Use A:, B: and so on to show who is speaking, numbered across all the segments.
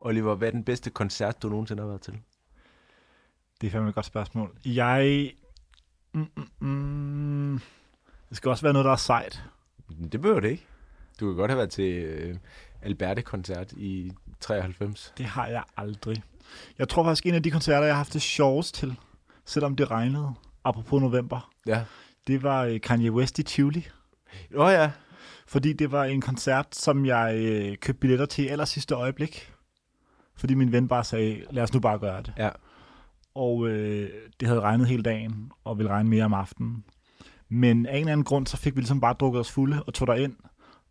A: Oliver, hvad er den bedste koncert, du nogensinde har været til?
B: Det er fandme et godt spørgsmål. Jeg... Mm, mm, mm. Det skal også være noget, der er sejt.
A: Det behøver det ikke. Du kan godt have været til øh, Alberte-koncert i 93.
B: Det har jeg aldrig. Jeg tror faktisk, en af de koncerter, jeg har haft det sjovest til, selvom det regnede, apropos november,
A: Ja.
B: det var øh, Kanye West i Tivoli.
A: Åh oh, ja.
B: Fordi det var en koncert, som jeg øh, købte billetter til i aller sidste øjeblik. Fordi min ven bare sagde, lad os nu bare gøre det.
A: Ja.
B: Og øh, det havde regnet hele dagen, og ville regne mere om aftenen. Men af en eller anden grund, så fik vi ligesom bare drukket os fulde og tog ind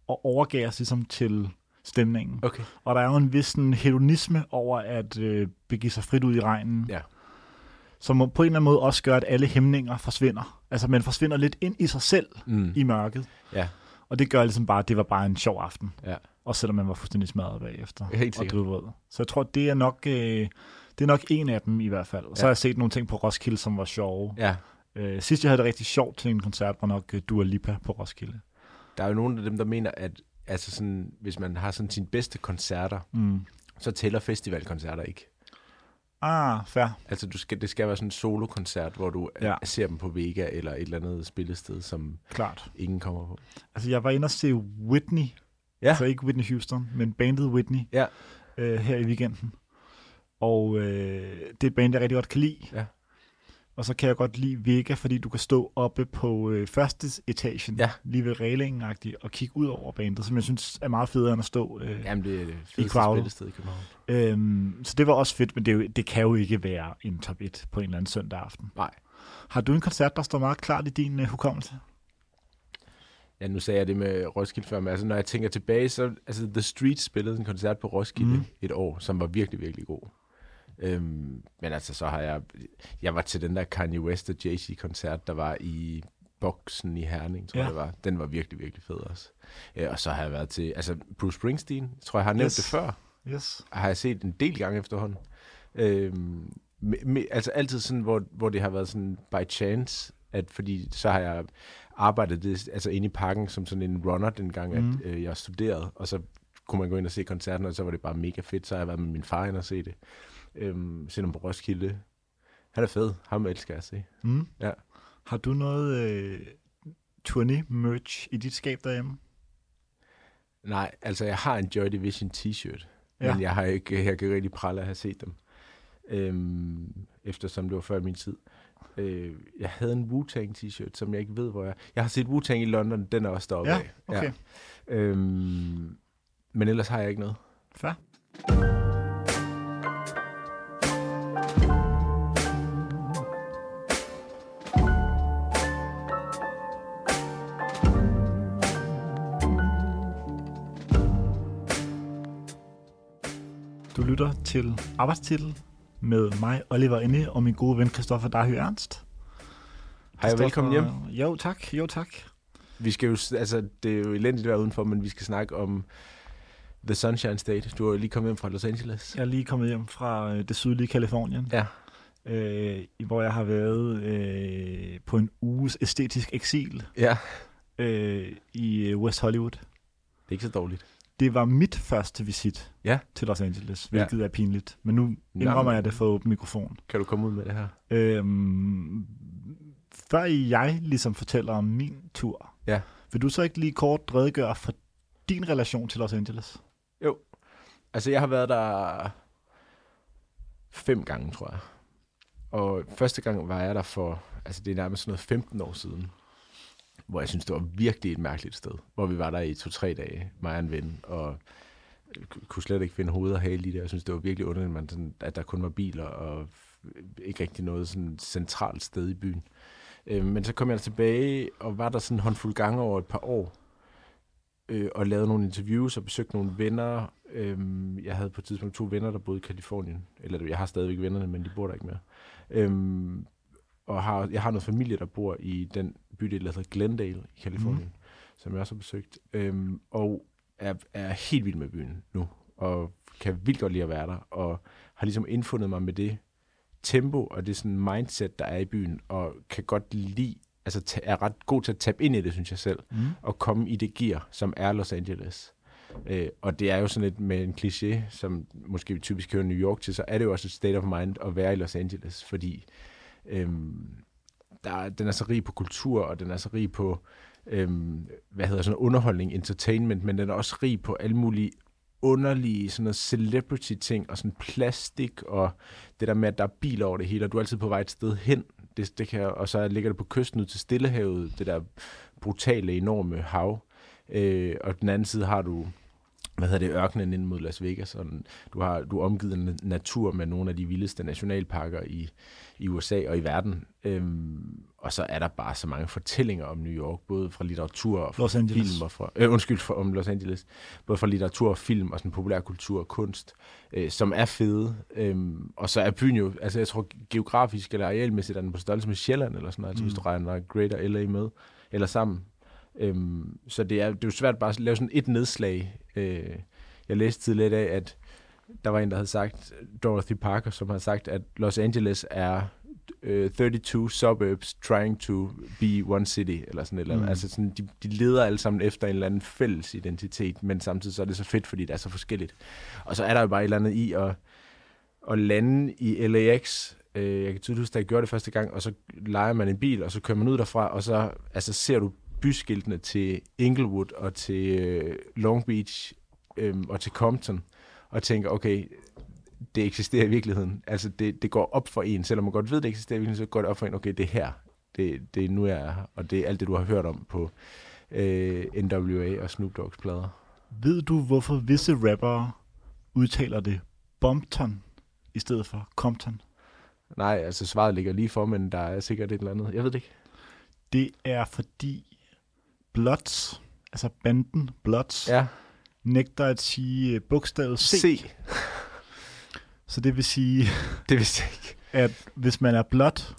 B: og overgav os ligesom til stemningen.
A: Okay.
B: Og der er jo en vis sådan, hedonisme over at øh, begive sig frit ud i regnen.
A: Ja.
B: Som på en eller anden måde også gør, at alle hæmninger forsvinder. Altså man forsvinder lidt ind i sig selv
A: Mm.
B: i mørket.
A: Ja.
B: Og det gør ligesom bare, at det var bare en sjov aften.
A: Ja.
B: Også selvom man var fuldstændig smadret bagefter.
A: Helt
B: og
A: sikkert.
B: du ved. Så jeg tror, det er nok... Øh, det er nok en af dem i hvert fald. Og så
A: Ja.
B: har jeg set nogle ting på Roskilde, som var sjove.
A: Ja.
B: Øh, sidst jeg havde det rigtig sjovt til en koncert, var nok øh, Dua Lipa på Roskilde.
A: Der er jo nogle af dem, der mener, at altså sådan, hvis man har sådan sine bedste koncerter,
B: Mm.
A: så tæller festivalkoncerter ikke.
B: Ah, fair.
A: Altså, du skal, det skal være sådan en solokoncert, hvor du
B: Ja.
A: ja. ser dem på Vega eller et eller andet spillested, som
B: Klart.
A: ingen kommer på.
B: Altså, jeg var inde og se Whitney.
A: Ja.
B: Så ikke Whitney Houston, men bandet Whitney
A: Ja.
B: øh, her i weekenden. Og øh, det er et band, jeg rigtig godt kan lide.
A: Ja.
B: Og så kan jeg godt lide Vega, fordi du kan stå oppe på øh, første etagen,
A: Ja.
B: lige ved reglingen og kigge ud over bandet, som jeg synes er meget federe end at stå. Øh.
A: Jamen, det er det fedeste
B: crowdet.
A: spillested i København.
B: Øhm, så det var også fedt, men det, er jo, det kan jo ikke være en top 1 på en eller anden søndag aften.
A: Nej.
B: Har du en koncert, der står meget klart i din øh, hukommelse?
A: Ja, nu sagde jeg det med Roskilde før, men altså, når jeg tænker tilbage, så altså, The Street spillede en koncert på Roskilde
B: Mhm.
A: mm. et år, som var virkelig, virkelig god. Øhm, men altså, så har jeg... Jeg var til den der Kanye West og Jay-Z-koncert, der var i boksen i Herning, tror
B: Ja.
A: ja. jeg det var. Den var virkelig, virkelig fed også. Øh, og så har jeg været til... Altså, Bruce Springsteen, tror jeg, har nævnt
B: Yes.
A: yes. det før.
B: Yes.
A: har jeg set en del gange efterhånden. Øhm, me, me, altså altid sådan, hvor, hvor det har været sådan by chance, at fordi så har jeg arbejdet det, altså inde i parken som sådan en runner dengang, mm. at øh, jeg studerede, og så kunne man gå ind og se koncerten, og så var det bare mega fedt, så har jeg været med min far ind og se det. Øhm, se dem på Roskilde. Han er fed. Ham elsker jeg at se.
B: Mm.
A: Ja.
B: Har du noget øh, turné-merch i dit skab derhjemme?
A: Nej, altså jeg har en Joy Division t-shirt,
B: Ja.
A: ja. men jeg har ikke, jeg kan ikke rigtig prale af at have set dem, øhm, eftersom det var før min tid. Øh, jeg havde en Wu-Tang t-shirt, som jeg ikke ved, hvor jeg Jeg har set Wu-Tang i London, den er også deroppe
B: Ja,
A: af.
B: okay.
A: Ja. Øhm, men ellers har jeg ikke noget.
B: Fair. Du lytter til arbejdstitel med mig, Oliver Inde, og min gode ven Christoffer Dahy Ernst.
A: Hej og velkommen hjem.
B: Christoffer- Jo tak, jo tak.
A: Vi skal jo, s- altså, det er jo elendigt vejr udenfor, men vi skal snakke om The Sunshine State. Du er jo lige kommet hjem fra Los Angeles.
B: Jeg er lige kommet hjem fra øh, det sydlige Kalifornien.
A: Ja.
B: øh, hvor jeg har været øh, på en uges æstetisk eksil
A: ja.
B: øh, i øh, West Hollywood.
A: Det er ikke så dårligt.
B: Det var mit første visit
A: Ja.
B: til Los Angeles,
A: Ja.
B: hvilket er pinligt. Men nu indrømmer
A: Jamen.
B: jeg det for åben mikrofon.
A: Kan du komme ud med det her?
B: Øhm, før jeg ligesom fortæller om min tur,
A: Ja.
B: vil du så ikke lige kort redegøre for din relation til Los Angeles?
A: Altså, jeg har været der fem gange, tror jeg. Og første gang var jeg der for, altså det er nærmest sådan noget 15 år siden, hvor jeg synes, det var virkelig et mærkeligt sted. Hvor vi var der i to-tre dage, mig og en ven, og ku- kunne slet ikke finde hovedet og hale i det. Jeg synes, det var virkelig underligt, man sådan, at der kun var biler, og ikke rigtig noget sådan centralt sted i byen. Øh, men så kom jeg tilbage, og var der sådan en håndfuld gange over et par år, øh, og lavede nogle interviews og besøgte nogle venner. Øhm, jeg havde på et tidspunkt to venner, der boede i Kalifornien. Eller jeg har stadigvæk vennerne, men de bor der ikke mere. Øhm, og har, jeg har noget familie, der bor i den bydel, der hedder Glendale i Kalifornien, mm. som jeg også har besøgt. Øhm, og er, er helt vild med byen nu, og kan vildt godt lide at være der, og har ligesom indfundet mig med det tempo og det sådan mindset, der er i byen, og kan godt lide, altså ta- er ret god til at tabe ind i det, synes jeg selv
B: Mm.
A: at komme i det gear, som er Los Angeles. Øh, og det er jo sådan lidt med en kliché, som måske vi typisk hører New York til, så er det jo også et state of mind at være i Los Angeles, fordi øhm, der, er- den er så rig på kultur, og den er så rig på øhm, hvad hedder sådan noget, underholdning, entertainment, men den er også rig på alle mulige underlige sådan noget celebrity ting og sådan plastik og det der med, at der er biler over det hele, og du er altid på vej et sted hen. Det, det kan, og så ligger det på kysten ud til Stillehavet, det der brutale, enorme hav. Øh, og den anden side har du hvad hedder det, ørkenen ind mod Las Vegas, og den- du, har, du er omgivet af na- natur med nogle af de vildeste nationalparker i, i USA og i verden. Øhm, og så er der bare så mange fortællinger om New York, både fra litteratur og fra
B: Los Angeles.
A: film og fra, øh, undskyld, fra, om Los Angeles, både fra litteratur og film og sådan populærkultur og kunst, øh, som er fede. Øhm, og så er byen jo, altså jeg tror geografisk eller arealmæssigt er den på størrelse med Sjælland eller sådan noget, altså, mm. hvis du regner Greater LA med, eller sammen. Øhm, så det er, det er jo svært bare at lave sådan et nedslag. Øh, jeg læste tidligere i dag, at der var en, der havde sagt, Dorothy Parker, som har sagt, at Los Angeles er øh, 32 suburbs trying to be one city, eller sådan et eller andet.
B: Mm.
A: Mm. Altså sådan, de, de leder alle sammen efter en eller anden fælles identitet, men samtidig så er det så fedt, fordi det er så forskelligt. Og så er der jo bare et eller andet i at, at lande i LAX. Øh, jeg kan tydeligt huske, da jeg gjorde det første gang, og så leger man en bil, og så kører man ud derfra, og så altså, ser du byskiltene til Inglewood og til øh, Long Beach øh, og til Compton, og tænker, okay, det eksisterer i virkeligheden. Altså, det, det går op for en, selvom man godt ved, det eksisterer i virkeligheden, så går det op for en, okay, det er her. Det, det er nu, jeg er her, og det er alt det, du har hørt om på øh, NWA og Snoop Dogg's plader.
B: Ved du, hvorfor visse rappere udtaler det Bompton i stedet for Compton?
A: Nej, altså svaret ligger lige for, men der er sikkert et eller andet. Jeg ved det ikke.
B: Det er fordi Bloods, altså banden Bloods, ja.
A: Ja.
B: nægter at sige øh, bogstavet C. C.
A: Se.
B: Så det vil sige,
A: Det vidste jeg ikke.
B: at hvis man er blot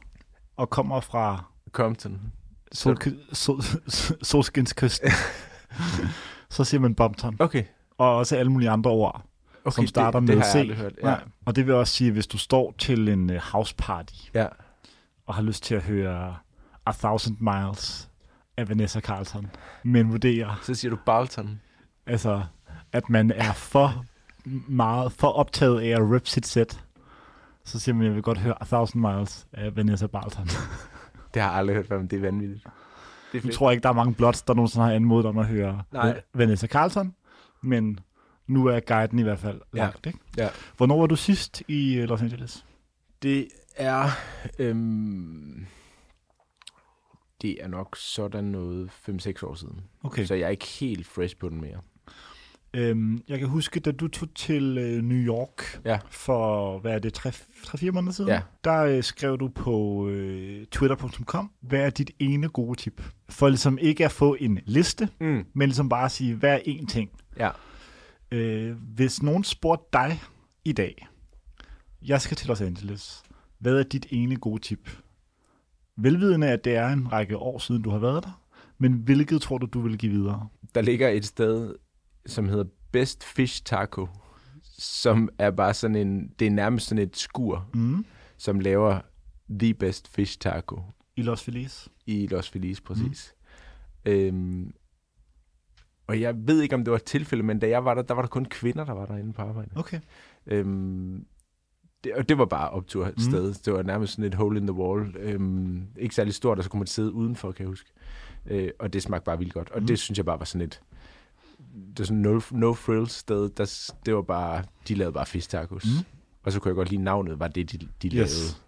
B: og kommer fra
A: Compton.
B: Solk- sol- solskinskysten, så siger man Bompton.
A: Okay.
B: Og også alle mulige andre ord,
A: okay
B: som starter
A: det,
B: med
A: det har
B: C.
A: Jeg aldrig hørt. Ja.
B: Nej. Og det vil også sige, hvis du står til en øh, house party
A: ja.
B: og har lyst til at høre A Thousand Miles af Vanessa Carlton, men vurderer,
A: Så siger du Balton.
B: altså, at man er for meget for optaget af at rip sit set, så siger man, jeg vil godt høre A Thousand Miles af Vanessa Carlton.
A: Det har jeg aldrig hørt, men det er vanvittigt. Det er
B: Jeg
A: fedt.
B: tror ikke, der er mange blots, der nogensinde har anmodet om at høre
A: Nej.
B: Vanessa Carlton, men nu er guiden i hvert fald
A: Ja.
B: lagt, ikke?
A: Ja.
B: Hvornår var du sidst i øh, Los Angeles?
A: Det er... Øhm, det er nok sådan noget 5-6 år siden.
B: Okay.
A: Så jeg er ikke helt fresh på den mere.
B: Øhm, jeg kan huske, da du tog til øh, New York
A: Ja.
B: for, hvad er det, 3-4 måneder siden?
A: Ja.
B: Der øh, skrev du på øh, twitter.com, hvad er dit ene gode tip? For ligesom ikke at få en liste,
A: Mm.
B: men ligesom bare at sige, hvad er én ting?
A: Ja.
B: Øh, hvis nogen spurgte dig i dag, jeg skal til Los Angeles, hvad er dit ene gode tip? Velvidende, at det er en række år siden, du har været der, men hvilket tror du, du vil give videre?
A: Der ligger et sted, som hedder Best Fish Taco, som er bare sådan en... Det er nærmest sådan et skur,
B: Mm.
A: som laver The Best Fish Taco.
B: I Los Feliz?
A: i Los Feliz, præcis. Mm. Øhm, og jeg ved ikke, om det var et tilfælde, men da jeg var der, der var der kun kvinder, der var derinde på arbejde.
B: Okay.
A: Øhm, det, og det var bare optur et sted. Det var nærmest sådan et hole in the wall. Øhm, ikke særlig stort, og så kunne man sidde udenfor, kan jeg huske. Øh, og det smagte bare vildt godt. Og mm. det synes jeg bare var sådan et det var sådan no, no frills sted. Der, s- det var bare, de lavede bare fish tacos.
B: Mm.
A: Mm. Og så kunne jeg godt lide navnet, var det, de, de yes. lavede.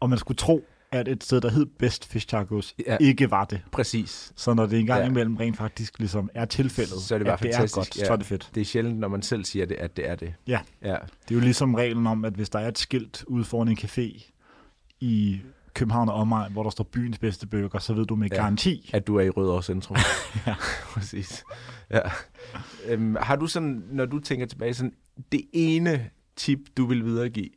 B: Og man skulle tro, at et sted, der hed Best Fish Tacos, ja.
A: Ja.
B: ikke var det.
A: Præcis.
B: Så når det engang ja.
A: Ja.
B: imellem rent faktisk ligesom er tilfældet,
A: Så er det bare
B: at det er
A: fantastisk,
B: godt,
A: ja.
B: så er det fedt.
A: Det er sjældent, når man selv siger det, at det er det.
B: Ja.
A: Ja,
B: Det er jo ligesom reglen om, at hvis der er et skilt ude foran en café i København og omegn, hvor der står byens bedste bøger, så ved du med
A: Ja.
B: garanti,
A: at du er i Rødovre Centrum.
B: Ja.
A: Præcis. Ja. Øhm, har du sådan, når du tænker tilbage, sådan det ene tip, du vil videregive?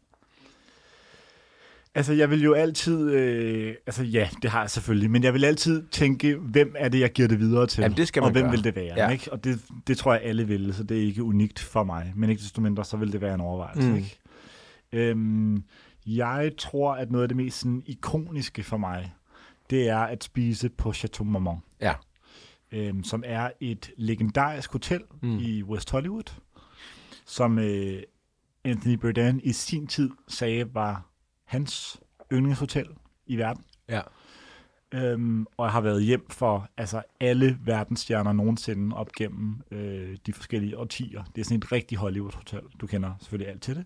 B: Altså, jeg vil jo altid... Øh, altså, ja, det har jeg selvfølgelig. Men jeg vil altid tænke, hvem er det, jeg giver det videre til?
A: Jamen, det skal
B: og
A: man
B: hvem
A: gøre.
B: vil det være? Ja.
A: Ja.
B: Ikke? Og det, det tror jeg, alle vil, så det er ikke unikt for mig. Men ikke desto mindre, så vil det være en overvejelse. Mm.
A: Mm.
B: Ikke? Øhm, jeg tror, at noget af det mest sådan, ikoniske for mig, det er at spise på Chateau Marmont.
A: Ja.
B: øhm, som er et legendarisk hotel mm. i West Hollywood, som øh, Anthony Bourdain i sin tid sagde var hans yndlingshotel i verden,
A: Ja.
B: øhm, og har været hjem for altså, alle verdensstjerner nogensinde op gennem øh, de forskellige årtier. Det er sådan et rigtig Hollywood-hotel. Du kender selvfølgelig alt til det.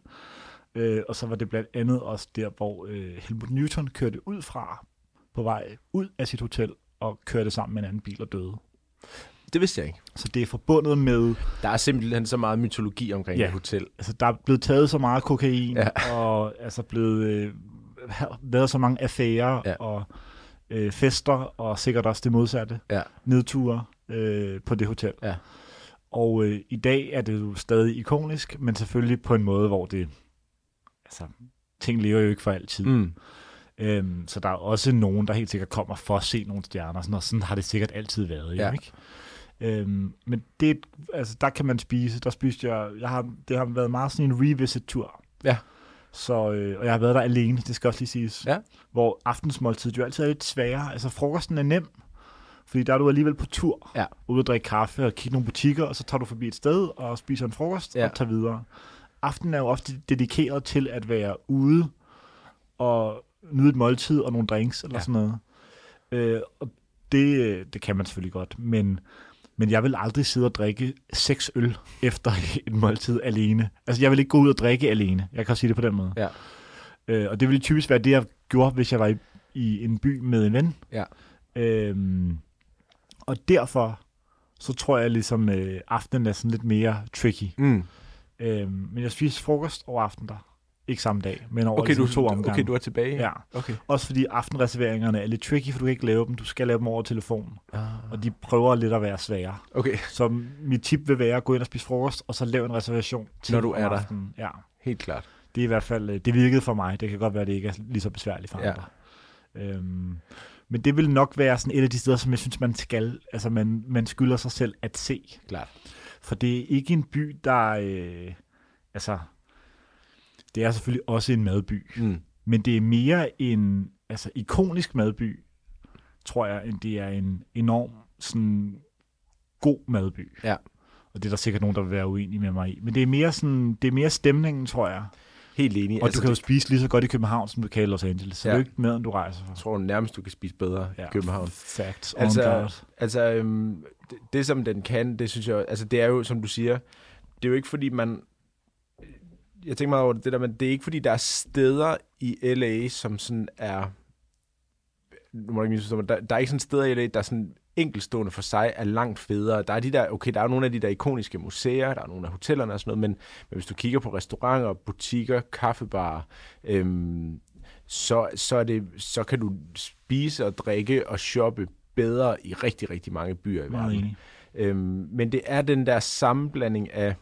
B: Øh, og så var det blandt andet også der, hvor øh, Helmut Newton kørte ud fra på vej ud af sit hotel og kørte sammen med en anden bil og døde.
A: Det vidste jeg ikke.
B: Så det er forbundet med,
A: Der er simpelthen så meget mytologi omkring
B: Ja.
A: ja. et hotel.
B: altså der er blevet taget så meget kokain, ja. og altså blevet øh, været så mange affærer ja.
A: Ja.
B: og øh, fester, og sikkert også det modsatte,
A: Ja.
B: nedture øh, på det hotel.
A: Ja.
B: Og øh, i dag er det jo stadig ikonisk, men selvfølgelig på en måde, hvor det, altså ting lever jo ikke for altid.
A: Mm.
B: Øhm, så der er også nogen, der helt sikkert kommer for at se nogle stjerner, og sådan, og sådan har det sikkert altid været. Jo,
A: Ja.
B: ikke? Øhm, men det, er et- altså, der kan man spise. Der spiste jeg, jeg har, det har været meget sådan en revisit-tur.
A: Ja.
B: Så, øh, og jeg har været der alene, det skal også lige siges.
A: Ja.
B: Hvor aftensmåltidet jo altid er lidt sværere. Altså frokosten er nem, fordi der er du alligevel på tur.
A: Ja.
B: Ude at drikke kaffe og kigge nogle butikker, og så tager du forbi et sted og spiser en frokost
A: Ja.
B: og tager videre. Aftenen er jo ofte dedikeret til at være ude og nyde et måltid og nogle drinks eller ja.
A: Ja.
B: sådan noget. Øh, og det, øh, det kan man selvfølgelig godt, men, men jeg vil aldrig sidde og drikke seks øl efter et måltid alene. Altså, jeg vil ikke gå ud og drikke alene. Jeg kan også sige det på den måde.
A: Ja.
B: Øh, og det ville typisk være det, jeg gjorde, hvis jeg var i, i en by med en ven.
A: Ja.
B: Øhm, og derfor, så tror jeg ligesom, øh, aftenen er sådan lidt mere tricky.
A: Mm.
B: Øhm, men jeg spiste frokost over aften der. Ikke samme dag, men over
A: Okay, du,
B: ligesom to omgange.
A: okay, du er tilbage.
B: Ja.
A: Okay.
B: Også fordi aftenreserveringerne er lidt tricky, for du kan ikke lave dem. Du skal lave dem over telefonen,
A: Ah.
B: og de prøver lidt at være svære.
A: Okay,
B: Så mit tip vil være at gå ind og spise frokost, og så lave en reservation til
A: Når du
B: om
A: er der.
B: aftenen. Ja,
A: helt klart.
B: det er i hvert fald, øh, det virkede for mig. Det kan godt være, at det ikke er lige så besværligt for
A: Ja.
B: andre. Øhm, men det vil nok være sådan et af de steder, som jeg synes, man skal, altså man, man skylder sig selv at se.
A: Klart.
B: For det er ikke en by, der øh, altså, det er selvfølgelig også en madby,
A: Mm.
B: men det er mere en altså, ikonisk madby, tror jeg, end det er en enorm sådan, god madby.
A: Ja.
B: Og det er der sikkert nogen, der vil være uenige med mig i. Men det er mere, sådan, det er mere stemningen, tror jeg.
A: Helt enig.
B: Og altså, du kan jo
A: det,
B: spise lige så godt i København, som du kan i Los Angeles. Så ja.
A: Ja.
B: det er jo ikke mere, end du rejser for.
A: jeg tror nærmest, du kan spise bedre ja. i København.
B: Facts.
A: Altså-
B: Altså, on
A: Altså, øhm, det, det som den kan, det synes jeg, altså det er jo, som du siger, det er jo ikke fordi man, jeg tænker meget over det der, men det er ikke fordi, der er steder i LA, som sådan er, nu må du ikke misforstå mig, der, der er ikke sådan steder i LA, der er sådan enkeltstående for sig er langt federe. Der er de der, okay, der er jo nogle af de der ikoniske museer, der er nogle af hotellerne og sådan noget, men, men hvis du kigger på restauranter, butikker, kaffebarer, øhm, så, så, er det, så kan du spise og drikke og shoppe bedre i rigtig, rigtig mange byer i
B: Meget
A: verden.
B: enig.
A: Øhm, men det er den der sammenblanding af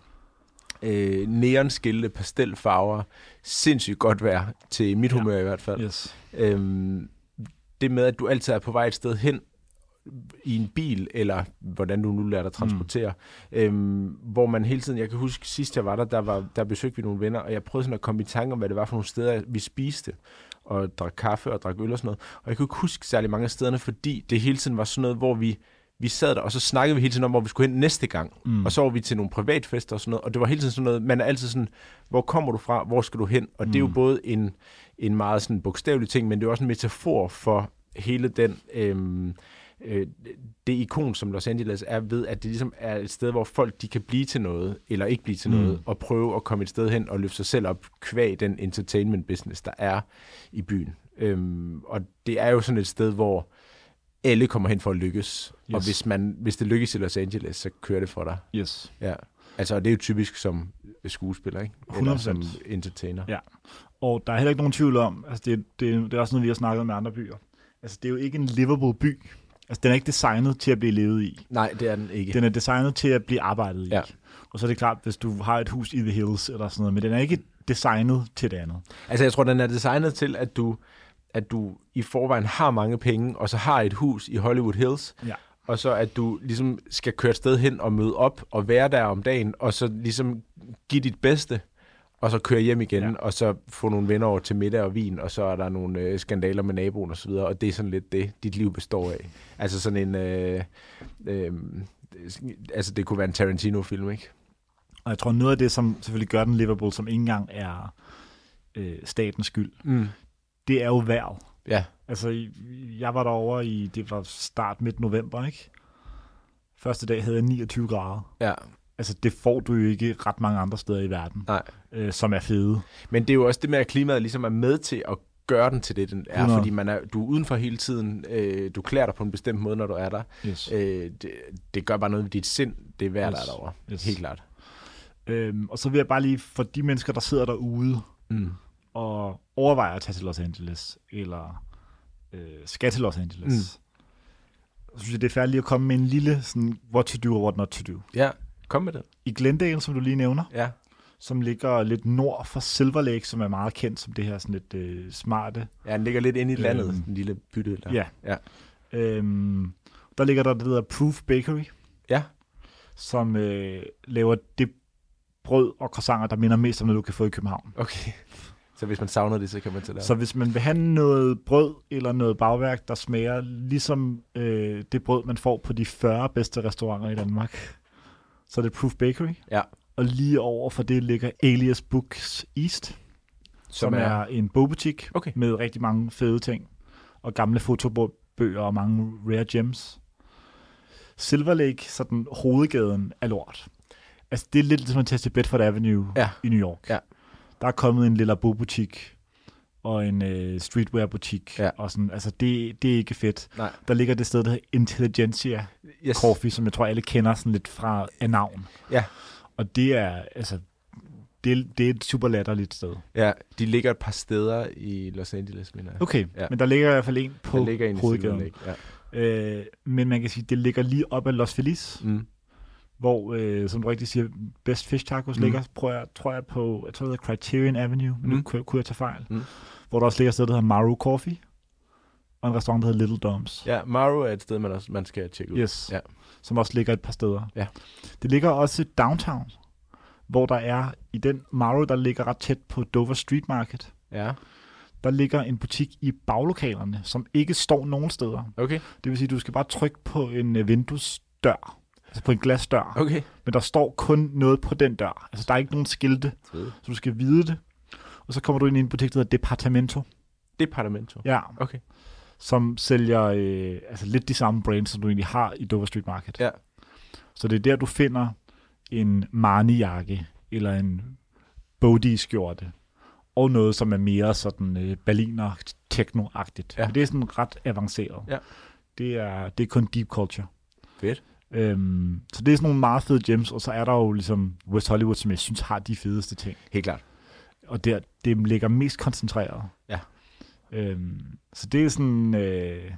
A: øh, neonskilte, pastelfarver, sindssygt godt vejr, til mit
B: Ja.
A: humør i hvert fald.
B: Yes.
A: Øhm, det med, at du altid er på vej et sted hen i en bil, eller hvordan du nu lader dig transportere, mm. øhm, hvor man hele tiden, jeg kan huske sidst jeg var der, der, var, der besøgte vi nogle venner, og jeg prøvede sådan at komme i tanke om, hvad det var for nogle steder, vi spiste, og drak kaffe og drak øl og sådan noget, og jeg kunne ikke huske særlig mange af stederne, fordi det hele tiden var sådan noget, hvor vi vi sad der, og så snakkede vi hele tiden om, hvor vi skulle hen næste gang. Mm. Og så var vi til nogle privatfester og sådan noget, og det var hele tiden sådan noget, man er altid sådan, hvor kommer du fra, hvor skal du hen? Og mm. det er jo både en, en meget sådan bogstavelig ting, men det er også en metafor for hele den, øhm, øh, det ikon, som Los Angeles er ved, at det ligesom er et sted, hvor folk de kan blive til noget, eller ikke blive til mm. noget, og prøve at komme et sted hen og løfte sig selv op, kvæg den entertainment business, der er i byen. Øhm, og det er jo sådan et sted, hvor alle kommer hen for at lykkes. Yes. Og
B: Yes.
A: hvis, man, hvis det lykkes i Los Angeles, så kører det for dig.
B: Yes.
A: Ja. Altså, og det er jo typisk som skuespiller, ikke? Eller
B: 100%.
A: som entertainer.
B: Ja. Og der er heller ikke nogen tvivl om, altså det, det, det er også noget, vi har snakket med andre byer. Altså det er jo ikke en livable by. Altså den er ikke designet til at blive levet i.
A: Nej, det er den ikke.
B: Den er designet til at blive arbejdet i.
A: Ja.
B: Og så er det klart, hvis du har et hus i The Hills eller sådan noget, men den er ikke designet til det andet.
A: Altså, jeg tror, den er designet til, at du, at du i forvejen har mange penge, og så har et hus i Hollywood Hills,
B: Ja.
A: og så at du ligesom skal køre et sted hen og møde op og være der om dagen, og så ligesom give dit bedste, og så køre hjem igen,
B: Ja.
A: ja. og så få nogle venner over til middag og vin, og så er der nogle øh, skandaler med naboen og så videre, og det er sådan lidt det, dit liv består af. Altså sådan en... Øh, øh, altså det kunne være en Tarantino-film, ikke?
B: Og jeg tror, noget af det, som selvfølgelig gør den livable, som ikke engang er øh, statens skyld,
A: Mm.
B: det er jo vejret.
A: Ja,
B: Altså, i- jeg var derovre i, det var start midt november, ikke? Første dag havde jeg 29 grader.
A: ja,
B: Altså, det får du jo ikke ret mange andre steder i verden,
A: nej.
B: øh, som er fede.
A: Men det er jo også det med, at klimaet ligesom er med til at gøre den til det, den er,
B: 100.
A: fordi man er, du er udenfor hele tiden, øh, du klæder dig på en bestemt måde, når du er der.
B: Yes.
A: Øh, det, det gør bare noget ved dit sind, det vejr, der er
B: Yes.
A: derovre.
B: Yes.
A: Yes. Helt klart.
B: Øhm, og så vil jeg bare lige, for de mennesker, der sidder derude
A: Mm.
B: og overvejer at tage til Los Angeles, eller øh, skal til Los Angeles, mm. så synes jeg, det er færdigt lige at komme med en lille sådan, what to do og what not to do.
A: Ja, kom med det.
B: I Glendale, som du lige nævner,
A: Ja.
B: som ligger lidt nord for Silver Lake, som er meget kendt som det her sådan lidt øh, smarte.
A: ja, den ligger lidt inde i landet,
B: Øhm.
A: den lille bytte der.
B: Ja.
A: Ja.
B: Øhm, der ligger der det, der hedder Proof Bakery,
A: ja.
B: som øh, laver det brød og croissanter, der minder mest om noget, du kan få i København.
A: okay. Så hvis man savner det, så kan man til der.
B: Så hvis man vil have noget brød eller noget bagværk, der smager ligesom øh, det brød, man får på de 40 bedste restauranter i Danmark, så er det Proof Bakery.
A: Ja.
B: Og lige over for det ligger Alias Books East. som er en bogbutik
A: Okay.
B: med rigtig mange fede ting, og gamle fotobøger og mange rare gems. Silver Lake, sådan hovedgaden, er lort. Altså, det er lidt ligesom at teste Bedford Avenue
A: Ja.
B: i New York.
A: Ja.
B: Der er kommet en lille bogbutik og en øh, streetwear-butik.
A: Ja.
B: Og sådan, altså, det, det er ikke fedt.
A: Nej.
B: Der ligger det sted, der hedder Intelligentsia
A: Yes.
B: Coffee, som jeg tror, alle kender sådan lidt fra af navn.
A: Ja.
B: Og det er, altså, det, det er et super latterligt sted.
A: Ja, de ligger et par steder i Los Angeles, mener jeg.
B: Okay, ja.
A: Ja.
B: men der ligger i hvert fald en på
A: Der ligger en i Silver
B: hovedgaden.
A: Lake. Ja.
B: Øh, men man kan sige, det ligger lige op ad Los Feliz,
A: Mm.
B: hvor, øh, som du rigtig siger, Best Fish Tacos mm.
A: Mm.
B: ligger, tror jeg, tror jeg på, jeg tror, det hedder Criterion Avenue, men mm. nu
A: Mm.
B: kunne, kunne jeg tage fejl. Mm.
A: Mm.
B: Hvor der også ligger et sted, der hedder Maru Coffee, og en restaurant, der hedder Little Doms.
A: ja, Maro er et sted, man, også, man skal tjekke ud.
B: Yes.
A: Ja.
B: Som også ligger et par steder.
A: Ja.
B: Det ligger også downtown, hvor der er, i den Maru, der ligger ret tæt på Dover Street Market,
A: Ja,
B: der ligger en butik i baglokalerne, som ikke står nogen steder.
A: okay.
B: Det vil sige, at du skal bare trykke på en øh, vinduesdør, altså på en glasdør, okay.
A: Okay.
B: men der står kun noget på den dør. Altså, der er ikke nogen skilte,
A: Fede.
B: så du skal vide det. Og så kommer du ind i en butik, der hedder Departamento,
A: Departamento.
B: ja,
A: Okay.
B: som sælger øh, altså lidt de samme brands, som du egentlig har i Dover Street Market.
A: Ja.
B: Så det er der, du finder en Marni-jakke eller en Bodhi-skjorte og noget, som er mere sådan øh, berliner techno-agtigt.
A: Ja.
B: Men Det er sådan ret avanceret.
A: Ja.
B: Det, er, det er kun deep culture.
A: Fedt.
B: Øhm, så det er sådan nogle meget fede gems, og så er der jo ligesom West Hollywood, som jeg synes har de fedeste ting.
A: Helt klart.
B: Og der, det ligger mest koncentreret.
A: Ja.
B: Øhm, så det er sådan... Øh,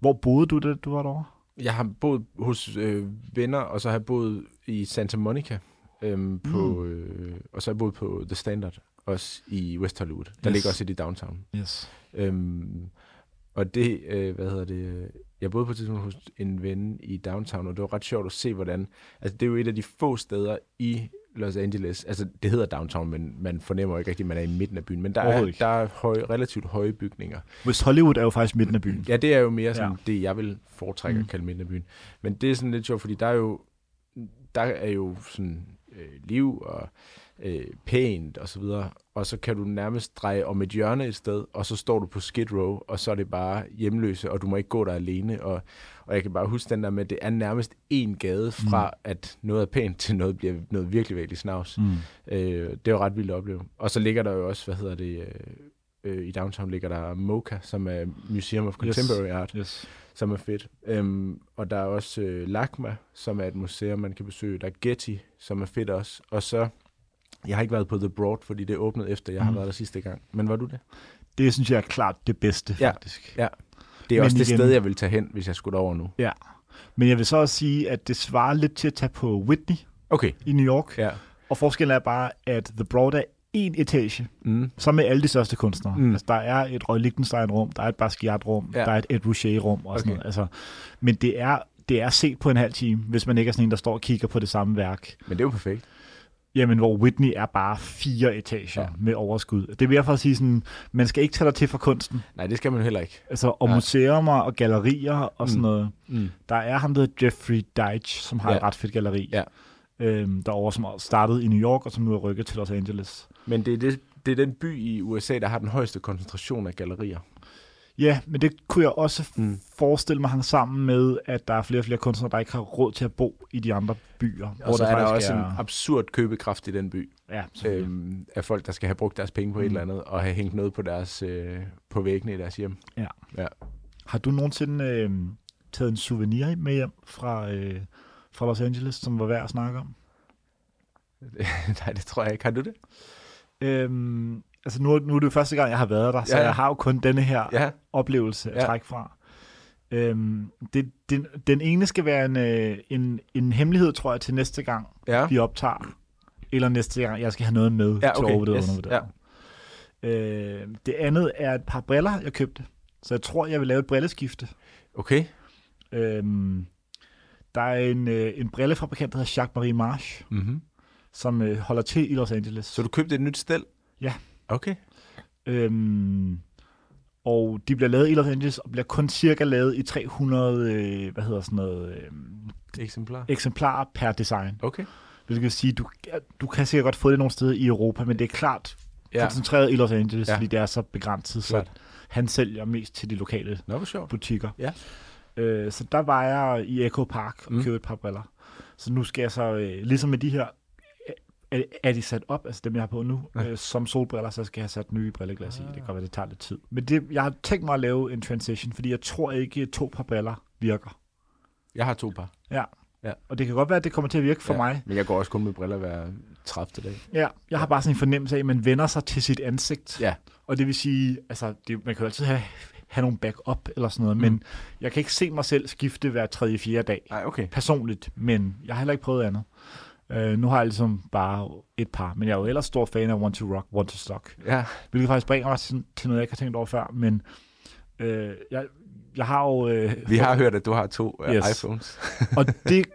B: hvor boede du, da du var derovre?
A: Jeg har boet hos øh, venner, og så har jeg boet i Santa Monica. Øhm, på, øh, og så har jeg boet på The Standard, også i West Hollywood. Der
B: Yes.
A: yes. ligger også et i downtown.
B: Yes.
A: Øhm, og det, øh, hvad hedder det, øh, jeg boede på et tidspunkt hos en ven i downtown, og det var ret sjovt at se, hvordan, altså det er jo et af de få steder i Los Angeles, altså det hedder downtown, men man fornemmer jo ikke rigtigt, at man er i midten af byen, men der er,
B: Overhovedet ikke.
A: der er høje, relativt høje bygninger.
B: West Hollywood er jo faktisk midten af byen.
A: Ja, det er jo mere sådan
B: Ja.
A: ja. det, jeg vil foretrække
B: Mm.
A: at kalde mindre byen. Men det er sådan lidt sjovt, fordi der er jo, der er jo sådan øh, liv og øh, pænt og så videre, og så kan du nærmest dreje om et hjørne et sted, og så står du på Skid Row, og så er det bare hjemløse, og du må ikke gå der alene, og, og jeg kan bare huske den der med, at det er nærmest en gade fra, mm. at noget er pænt, til noget bliver noget virkelig, virkelig snavs.
B: Mm.
A: Øh, det er jo ret vildt at opleve. Og så ligger der jo også, hvad hedder det, øh, øh, i downtown ligger der MoCA, som er Museum of Contemporary yes. Art,
B: Yes.
A: som er fedt. Øhm, og der er også øh, LACMA, som er et museum, man kan besøge. Der er Getty, som er fedt også. Og så, jeg har ikke været på The Broad, fordi det åbnede efter, jeg mm. har
B: Mhm.
A: været der sidste gang. Men var du det?
B: Det synes jeg er klart det bedste,
A: Ja.
B: faktisk.
A: Ja. Det er
B: Men
A: Men også igen. det
B: igen-
A: sted, jeg vil tage hen, hvis jeg skulle over nu.
B: Men jeg vil så også sige, at det svarer lidt til at tage på Whitney
A: Okay.
B: i New York.
A: Ja.
B: Og forskellen er bare, at The Broad er én etage,
A: Mm.
B: som med alle de største kunstnere. Mm.
A: Mm.
B: Altså, der er et Roy Lichtenstein-rum, der er et Basquiat-rum, ja.
A: Ja.
B: der er et Ed Ruscha-rum og sådan
A: Okay.
B: noget. Altså, men det er, det er set på en halv time, hvis man ikke er sådan en, der står og kigger på det samme værk.
A: Men det er jo perfekt.
B: Jamen, hvor Whitney er bare fire etager ja.
A: Ja.
B: med overskud. Det vil jeg for at sige sådan, man skal ikke tage dig til for kunsten.
A: Nej, det skal man heller ikke.
B: Altså, og ja.
A: Nej.
B: museer og gallerier og sådan
A: Mm.
B: noget.
A: Mm.
B: Der er ham, der hedder Jeffrey Deitch, som har ja.
A: Ja.
B: et ret fedt galleri.
A: Ja.
B: Øhm, derovre, som startede i New York, og som nu er rykket til Los Angeles.
A: Men det er, det, det er den by i USA, der har den højeste koncentration af gallerier.
B: Ja, men det kunne jeg også mm.
A: Mm.
B: forestille mig hang sammen med, at der er flere og flere kunstnere, der ikke har råd til at bo i de andre byer.
A: Og så er der
B: faktisk
A: også en absurd købekraft i den by,
B: Ja, Mhm. selvfølgelig.
A: øhm, af folk, der skal have brugt deres penge på mm. et eller andet, og have hængt noget på, deres, øh, på væggene i deres hjem.
B: Har du nogensinde øh, taget en souvenir med hjem fra, øh, fra Los Angeles, som var værd at snakke om?
A: Nej, det tror jeg ikke. Har du det?
B: Øhm, altså nu, nu er det jo første gang, jeg har været der, så
A: Ja,
B: ja,
A: ja.
B: jeg har jo kun denne her
A: Ja.
B: oplevelse at ja.
A: Ja.
B: trække fra. Øhm, det, den, den ene skal være en, øh, en, en hemmelighed, tror jeg, til næste gang,
A: Ja.
B: vi optager. Eller næste gang, jeg skal have noget med
A: Ja,
B: til
A: okay,
B: overvurderet
A: yes,
B: og undervurderet. Øh, det andet er et par briller, jeg købte. Så jeg tror, jeg vil lave et brilleskifte.
A: Okay.
B: Øhm, der er en, øh, en brillefabrikant, der hedder Jacques-Marie Marsh,
A: Mm-hmm.
B: som øh, holder til i Los Angeles.
A: Så du købte et nyt stel?
B: Ja.
A: Okay.
B: Øhm, og de bliver lavet i Los Angeles, og bliver kun cirka lavet i 300, øh, hvad hedder sådan noget, øh,
A: Eksemplar.
B: eksemplarer per design.
A: Okay.
B: Hvilket vil sige, du, du kan sikkert godt få det nogle steder i Europa, men det er klart ja.
A: Ja.
B: koncentreret i Los Angeles, ja.
A: Ja.
B: fordi det er så begrænset, så
A: Klart.
B: han sælger mest til de lokale
A: Nå, hvor sjovt.
B: butikker.
A: Ja.
B: Øh, så der var jeg i Echo Park og mm.
A: Mm.
B: købte et par briller. Så nu skal jeg så, øh, ligesom med de her, er, er de sat op, altså dem jeg har på nu, ja. øh, som solbriller, så skal jeg have sat nye brilleglas i.
A: Ah.
B: Det kan godt være, det tager lidt tid. Men det, jeg har tænkt mig at lave en transition, fordi jeg tror ikke, at to par briller virker.
A: Jeg har to par.
B: Ja.
A: Ja.
B: Og det kan godt være, at det kommer til at virke for
A: ja.
B: ja. mig.
A: Men jeg går også kun med briller hver 30. dag.
B: Ja, jeg har bare sådan en fornemmelse af, at man vender sig til sit ansigt.
A: Ja.
B: Og det vil sige, altså, det, man kan jo altid have, have nogle backup eller sådan noget, mm. men jeg kan ikke se mig selv skifte hver tredje, fjerde dag.
A: Nej, okay.
B: personligt, men jeg har heller ikke prøvet andet. Øh, nu har jeg ligesom bare et par, men jeg er jo ellers stor fan af Want to Rock, Want to Stock,
A: Ja.
B: hvilket faktisk bringer mig til, til noget, jeg ikke har tænkt over før, men øh, jeg, jeg har jo... Øh,
A: Vi har hørt, at du har to uh,
B: Yes.
A: yes. iPhones.
B: Og det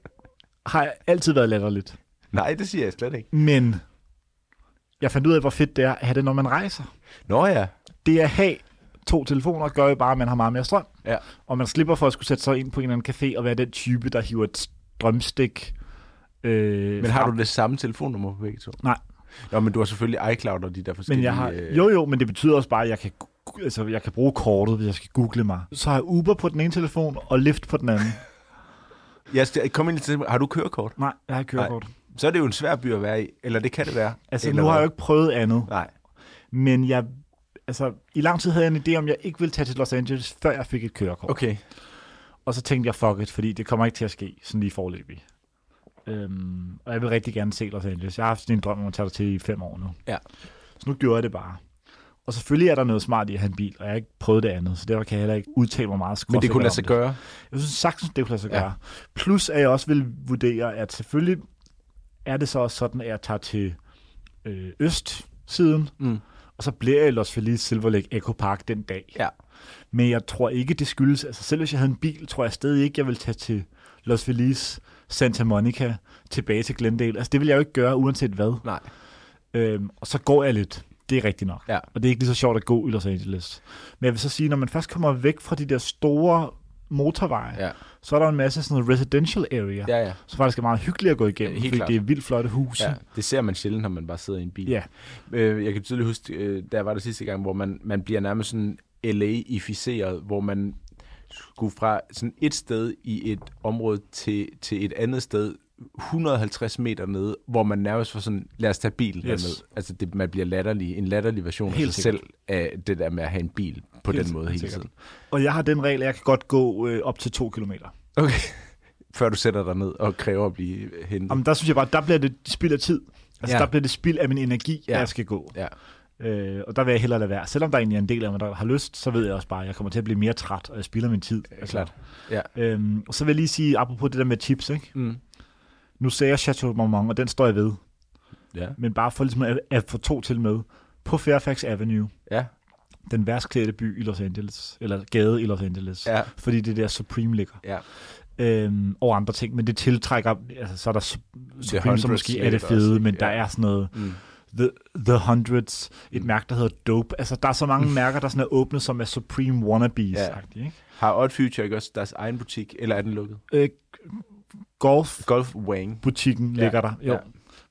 B: har altid været latterligt,
A: Nej, det siger jeg slet ikke.
B: men jeg fandt ud af, hvor fedt det er at have det, når man rejser.
A: Nå ja.
B: Det at have to telefoner gør jo bare, at man har meget mere strøm,
A: Ja.
B: og man slipper for at skulle sætte sig ind på en eller anden café og være den type, der hiver et strømstik øh,
A: Men har
B: frem.
A: du det samme telefonnummer på begge to?
B: Nej.
A: Nå, men du har selvfølgelig iCloud og de der forskellige...
B: Men jeg har,
A: øh,
B: jo jo, men det betyder også bare, at jeg kan, gu- altså, jeg kan bruge kortet, hvis jeg skal google mig. Så har jeg Uber på den ene telefon, og Lyft på den anden.
A: Jeg skal, kom ind til, har du kørekort?
B: Nej, jeg har ikke kørekort.
A: Så er det jo en svær by at være i. Eller det kan det være.
B: Altså,
A: Eller
B: nu har jeg
A: hvad?
B: jo ikke prøvet andet,
A: Nej.
B: men jeg, altså, i lang tid havde jeg en idé om, jeg ikke ville tage til Los Angeles, før jeg fik et kørekort.
A: Okay.
B: Og så tænkte jeg, fuck it, fordi det kommer ikke til at ske, sådan lige forløbig. Øhm, og jeg vil rigtig gerne se Los Angeles. Jeg har haft sådan en drøm om at tage det til i fem år nu.
A: Ja.
B: Så nu gjorde jeg det bare. Og selvfølgelig er der noget smart i at have en bil, og jeg har ikke prøvet det andet, så derfor kan jeg heller ikke udtale mig meget
A: Men det
B: skråsikkert
A: kunne lade
B: om
A: sig gøre.
B: Jeg synes sagtens, det kunne lade sig
A: Ja.
B: gøre. Plus, at jeg også vil vurdere, at selvfølgelig er det så også sådan, at jeg tager til øh, østsiden,
A: Mm.
B: og så bliver jeg i Los Feliz Silver Lake Eco Park den dag.
A: Ja.
B: Men jeg tror ikke, det skyldes. Altså selv hvis jeg havde en bil, tror jeg stadig ikke, jeg ville tage til Los Feliz, Santa Monica, tilbage til Glendale. Altså det vil jeg jo ikke gøre, uanset hvad.
A: Nej.
B: Øhm, og så går jeg lidt. Det er rigtigt nok.
A: Ja.
B: Og det er ikke lige så sjovt at gå i Los Angeles. Men jeg vil så sige, når man først kommer væk fra de der store motorveje,
A: Ja.
B: så er der jo en masse sådan noget residential area, ja.
A: Ja, ja.
B: som faktisk er meget hyggeligt at gå igennem,
A: Ja, helt
B: fordi klart.
A: klart.
B: det er vildt flotte huse.
A: ja. Det ser man sjældent, når man bare sidder i en bil.
B: ja.
A: Øh, jeg kan tydeligt huske, øh, da jeg var der sidste gang, hvor man, man bliver nærmest sådan LA-ificeret, hvor man skulle fra sådan et sted i et område til, til et andet sted 150 meter nede, hvor man nærmest får sådan, lad os tage bil yes. derned. Altså det, man bliver latterlig, en latterlig version
B: Helt
A: af sig selv af det der med at have en bil på
B: Helt
A: den måde hele
B: sikkert.
A: tiden.
B: Og jeg har den regel, at jeg kan godt gå øh, op til to kilometer.
A: Okay. Før du sætter dig ned og kræver at blive hentet.
B: Jamen, der synes jeg bare, der bliver det spild af tid. Altså, ja.
A: Ja.
B: der bliver det spild af min energi, ja.
A: Ja.
B: jeg skal gå.
A: Ja.
B: Øh, og der vil jeg hellere lade være. Selvom der egentlig er en del af mig, der har lyst, så ved jeg også bare, at jeg kommer til at blive mere træt, og jeg spilder min tid. Ja,
A: klart. Ja.
B: Øhm, og så vil jeg lige sige, apropos det der med chips, ikke?
A: Mm.
B: nu sagde jeg Chateau Marmont, og den står jeg ved.
A: Ja.
B: Men bare for ligesom at, at få to til med. På Fairfax Avenue,
A: Ja.
B: den værst klædte by i Los Angeles, eller gade i Los Angeles,
A: Ja.
B: fordi det er der Supreme ligger.
A: Ja.
B: øhm, og andre ting, men det tiltrækker, altså så er der s- Supreme,
A: 100
B: som måske er det
A: sikkert også,
B: fede,
A: ikke?
B: men der
A: Ja.
B: er sådan noget
A: Mm.
B: The, the Hundreds, et mærke, der hedder Dope. Altså, der er så mange mærker, der sådan er åbne, som er Supreme wannabes
A: Mm. Ja.
B: ja. ikke?
A: Har Odd Future ikke også deres egen butik, eller er den lukket?
B: Øh, golf
A: Golf Wang.
B: butikken
A: Ja,
B: ja. ligger der, jo.
A: ja.
B: Ja.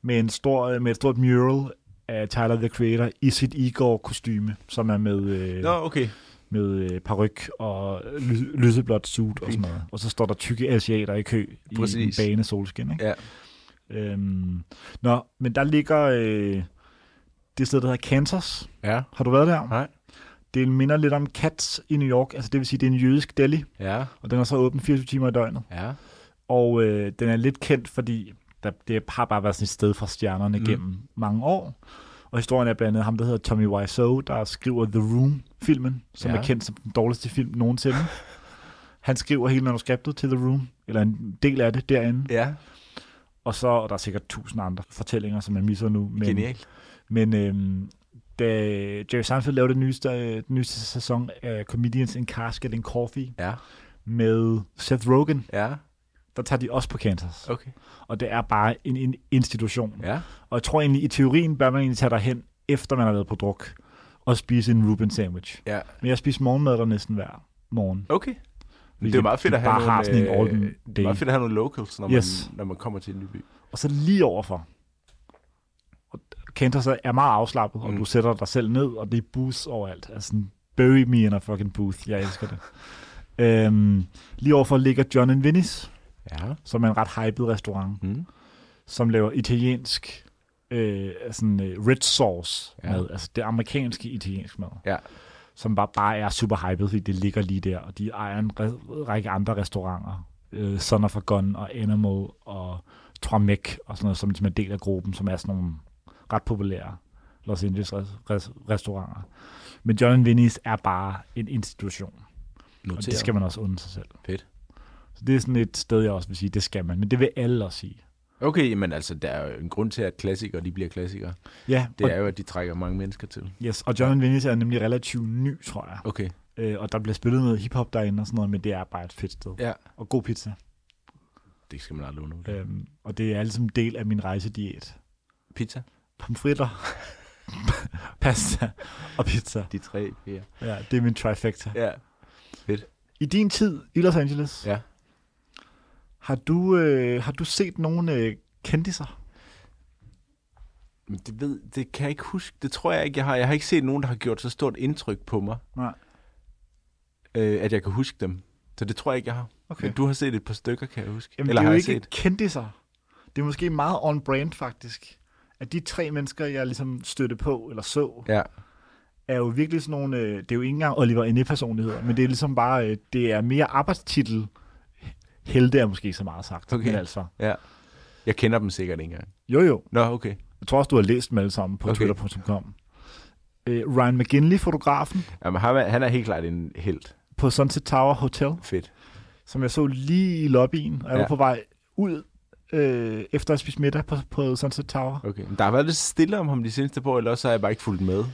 B: Med, en stor, øh, med et stort mural af Tyler, the Creator, i sit Igor-kostyme, som er med, øh,
A: Nå, okay.
B: med øh, paryk og ly- lyseblåt suit og sådan
A: Fint.
B: noget. Og så står der tykke asiater i kø i en
A: Præcis.
B: bane solskin, ikke?
A: Ja.
B: Øhm, nå, men der ligger øh, det sted, der hedder Kansas.
A: Ja.
B: Har du været der?
A: Nej.
B: Det minder lidt om Katz i New York, altså det vil sige, det er en jødisk deli,
A: Ja.
B: og den er så åben 24 timer i døgnet.
A: Ja.
B: Og øh, den er lidt kendt, fordi der, det har bare været sådan et sted for stjernerne
A: Mm.
B: mm. gennem mange år. Og historien er blandt andet ham, der hedder Tommy Wiseau, der skriver The Room-filmen, som
A: Ja.
B: ja. er kendt som den dårligste film nogensinde. Han skriver hele manuskriptet til The Room, eller en del af det derinde.
A: Ja.
B: Og så og der er sikkert tusind andre fortællinger, som jeg misser nu. Men,
A: Genialt.
B: men øhm, da Jerry Seinfeld lavede den nyeste, øh, den nyeste sæson af Comedians in Cars Getting Coffee
A: Ja.
B: med Seth Rogen,
A: Ja.
B: der tager de også på Kansas.
A: Okay.
B: Og det er bare en, en institution.
A: Ja.
B: Og jeg tror egentlig, i teorien bør man egentlig tage derhen, efter man har været på druk, og spise en Reuben sandwich.
A: Ja.
B: Men jeg spiser morgenmad der næsten hver morgen.
A: Okay. Det er jo
B: Hvilket
A: meget fedt
B: de
A: at have
B: bare
A: nogle,
B: har sådan en
A: øh,
B: all
A: det er
B: day.
A: meget fedt at have nogle locals, når man,
B: Yes.
A: når man kommer til en ny by.
B: Og så lige overfor. Og Kansas er meget afslappet, og
A: Mm.
B: du sætter dig selv ned, og det er booths overalt. Altså sådan, bury me in a fucking booth. Jeg elsker det. øhm, lige overfor ligger John and Vinny's,
A: Ja.
B: som er en ret hyped restaurant,
A: Mm.
B: som laver italiensk øh, sådan øh, red sauce
A: Ja.
B: ja. mad, altså det amerikanske italiensk mad,
A: Ja.
B: som bare, bare er super hyped, fordi det ligger lige der, og de ejer en re- række andre restauranter, øh, Son of a Gun og Animal og Tromek og sådan noget, som, som er en del af gruppen, som er sådan nogle ret populære Los Angeles res- res- restauranter. Men John Vinny's er bare en institution, og det skal man også unde sig selv.
A: Fedt.
B: Så det er sådan et sted, jeg også vil sige, det skal man, men det vil alle også sige.
A: Okay, men altså, der er jo en grund til, at klassikere, de bliver klassikere.
B: Ja,
A: Det er jo, at de trækker mange mennesker til.
B: Yes, og John Vinnis er nemlig relativt ny, tror jeg.
A: Okay.
B: Øh, og der bliver spillet noget hiphop derinde og sådan noget, men det er bare et fedt sted.
A: Ja.
B: Og god pizza.
A: Det skal man aldrig undervurdere.
B: Øhm, og det er ligesom en del af min rejsediæt.
A: Pizza.
B: Pomfritter, pasta og pizza.
A: De tre P'er.
B: Ja, det er min trifecta. Ja.
A: Ja.
B: I din tid i Los Angeles,
A: Ja.
B: har, du, øh, har du set nogen øh, kendiser?
A: Men det, ved, det kan jeg ikke huske. Det tror jeg ikke, jeg har. Jeg har ikke set nogen, der har gjort så stort indtryk på mig,
B: Nej.
A: øh, at jeg kan huske dem. Så det tror jeg ikke, jeg har.
B: Okay.
A: Men du har set et par stykker, kan jeg huske.
B: Jamen, Eller
A: Eller
B: det er
A: har jeg
B: jo ikke
A: set?
B: kendiser. Det er måske meget on-brand, faktisk. At de tre mennesker, jeg ligesom støtte på eller så,
A: Ja.
B: er jo virkelig sådan nogle, øh, det er jo ikke engang Oliver Ende-personligheder, men det er ligesom bare, øh, det er mere arbejdstitel. Helte er måske så meget sagt,
A: Okay.
B: men altså.
A: ja. Jeg kender dem sikkert ikke engang.
B: Jo jo,
A: Nå, okay.
B: jeg tror også, du har læst dem alle sammen på
A: Okay.
B: okay. twitter.com. Øh, Ryan McGinley, fotografen
A: Jamen, ham er- han er helt klart en helt
B: på Sunset Tower Hotel,
A: fedt.
B: som jeg så lige i lobbyen, og jeg
A: Ja.
B: ja. var på vej ud øh, efter at spise middag på, på Sunset Tower.
A: Okay. Men der har været lidt stille om ham de seneste par år, eller også har jeg bare ikke fulgt med.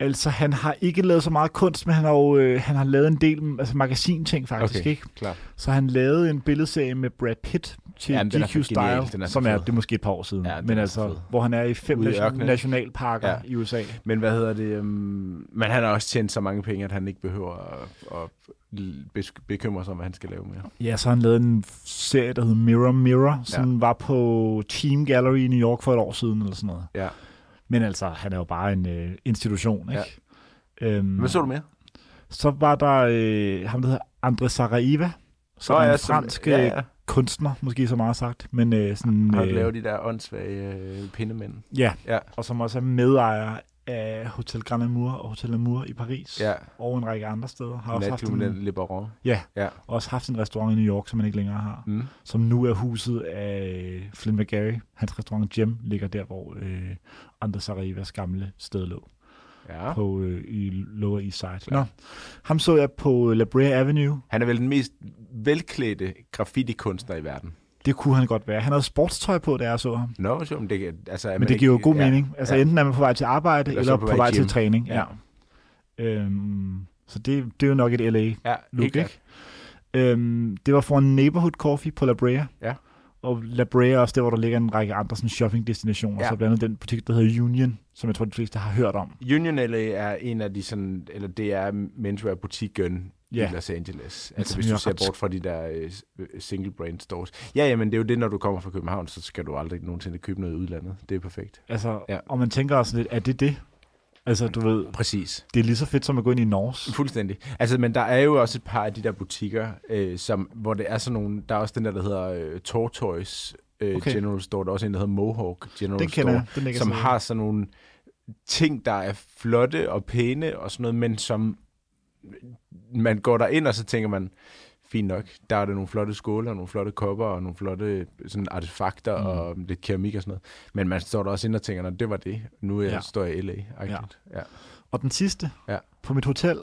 B: Altså, han har ikke lavet så meget kunst, men han har jo øh, han har lavet en del altså, magasinting faktisk, okay. ikke?
A: klar.
B: Så han lavede en billedserie med Brad Pitt til
A: Jamen, den er
B: GQ
A: for
B: Style,
A: genial. Den er så
B: som er,
A: fed.
B: det er måske et par år siden,
A: Ja, den
B: men
A: er
B: altså,
A: så fed.
B: hvor han er i fem
A: Ude i
B: nation-
A: ørkenen.
B: nationalparker
A: Ja.
B: ja. i USA.
A: Men hvad hedder det? øhm, Men han har også tjent så mange penge, at han ikke behøver at, at besk- bekymre sig om, hvad han skal lave mere.
B: Ja, så har han lavede en f- serie, der hedder Mirror Mirror, som var på Team Gallery i New York for et år siden, eller sådan noget.
A: Ja.
B: Men altså, han er jo bare en øh, institution,
A: Ja.
B: ikke? Øhm,
A: Hvad så du mere?
B: så var der øh, ham, der hedder André Saraiva, som er en
A: som-
B: fransk
A: ja,
B: ja,
A: ja.
B: kunstner, måske så meget sagt, men øh, sådan...
A: Har du lavet de der åndssvage øh, pindemænd?
B: ja,
A: Ja.
B: og som også er medejer af Hotel Grand Amour og Hotel Amour i Paris,
A: Ja.
B: og en række andre steder. Har også haft,
A: Natklubben
B: en,
A: Le Baron.
B: ja,
A: Ja.
B: også haft en restaurant i New York, som man ikke længere har,
A: Mm.
B: som nu er huset af Flynn McGarry. Hans restaurant Jim ligger der, hvor øh, Anders Arrivas gamle sted lå,
A: Ja.
B: på, øh, i Lower East Side.
A: Klart.
B: Nå, ham så jeg på La Brea Avenue.
A: Han er vel den mest velklædte graffiti-kunstner i verden.
B: Det kunne han godt være. Han havde sportstøj på, da jeg så ham.
A: Nå, hvor sjovt. men Det, kan- altså, er man
B: Men det
A: ikke-
B: giver jo god
A: ja,
B: mening. Altså
A: ja.
B: enten er man på vej til arbejde,
A: Eller
B: eller,
A: så
B: på, vej,
A: i gym.
B: til træning.
A: Ja.
B: Ja. Øhm, så det, det er jo nok et LA.
A: Ja,
B: Look,
A: helt klart.
B: ikke? Øhm, det var for en neighborhood coffee på La Brea.
A: Ja.
B: Og La Brea er også der, hvor der ligger en række andre sådan shoppingdestinationer.
A: Ja.
B: Ja. Så blandt andet den butik, der hedder Union, som jeg tror, de fleste har hørt om.
A: Union LA er en af de sådan, eller det er menswear butikken yeah.
B: Ja.
A: i Los Angeles.
B: som
A: Altså hvis
B: jo
A: du
B: er
A: ser
B: ret-
A: bort fra de der øh, s- øh, single brand stores. Ja, ja, men det er jo det, når du kommer fra København, så skal du aldrig nogensinde købe noget i udlandet. Det er perfekt.
B: Altså,
A: Ja.
B: ja. Og man tænker også lidt, er det det? Altså, du ved,
A: Præcis.
B: det er lige så fedt som at gå ind i Norge.
A: Fuldstændig. Altså, men der er jo også et par af de der butikker, øh, som, hvor det er sådan nogle, der er også den der, der hedder øh, Tortoise øh, okay.
B: Okay.
A: General Store, der er også en, der hedder Mohawk General
B: Den
A: Store.
B: kender jeg. Den ligger
A: som
B: sådan-
A: har sådan nogle ting, der er flotte og pæne og sådan noget, men som man går der ind og så tænker man, fint nok, der er der nogle flotte skåler, og nogle flotte kopper og nogle flotte sådan artefakter mm. og lidt keramik og sådan noget. Men man står der også ind og tænker, "Nå, det var det. Nu ja.
B: Ja.
A: står jeg i LA. Ja. Ja.
B: Og den sidste,
A: Ja.
B: på mit hotel,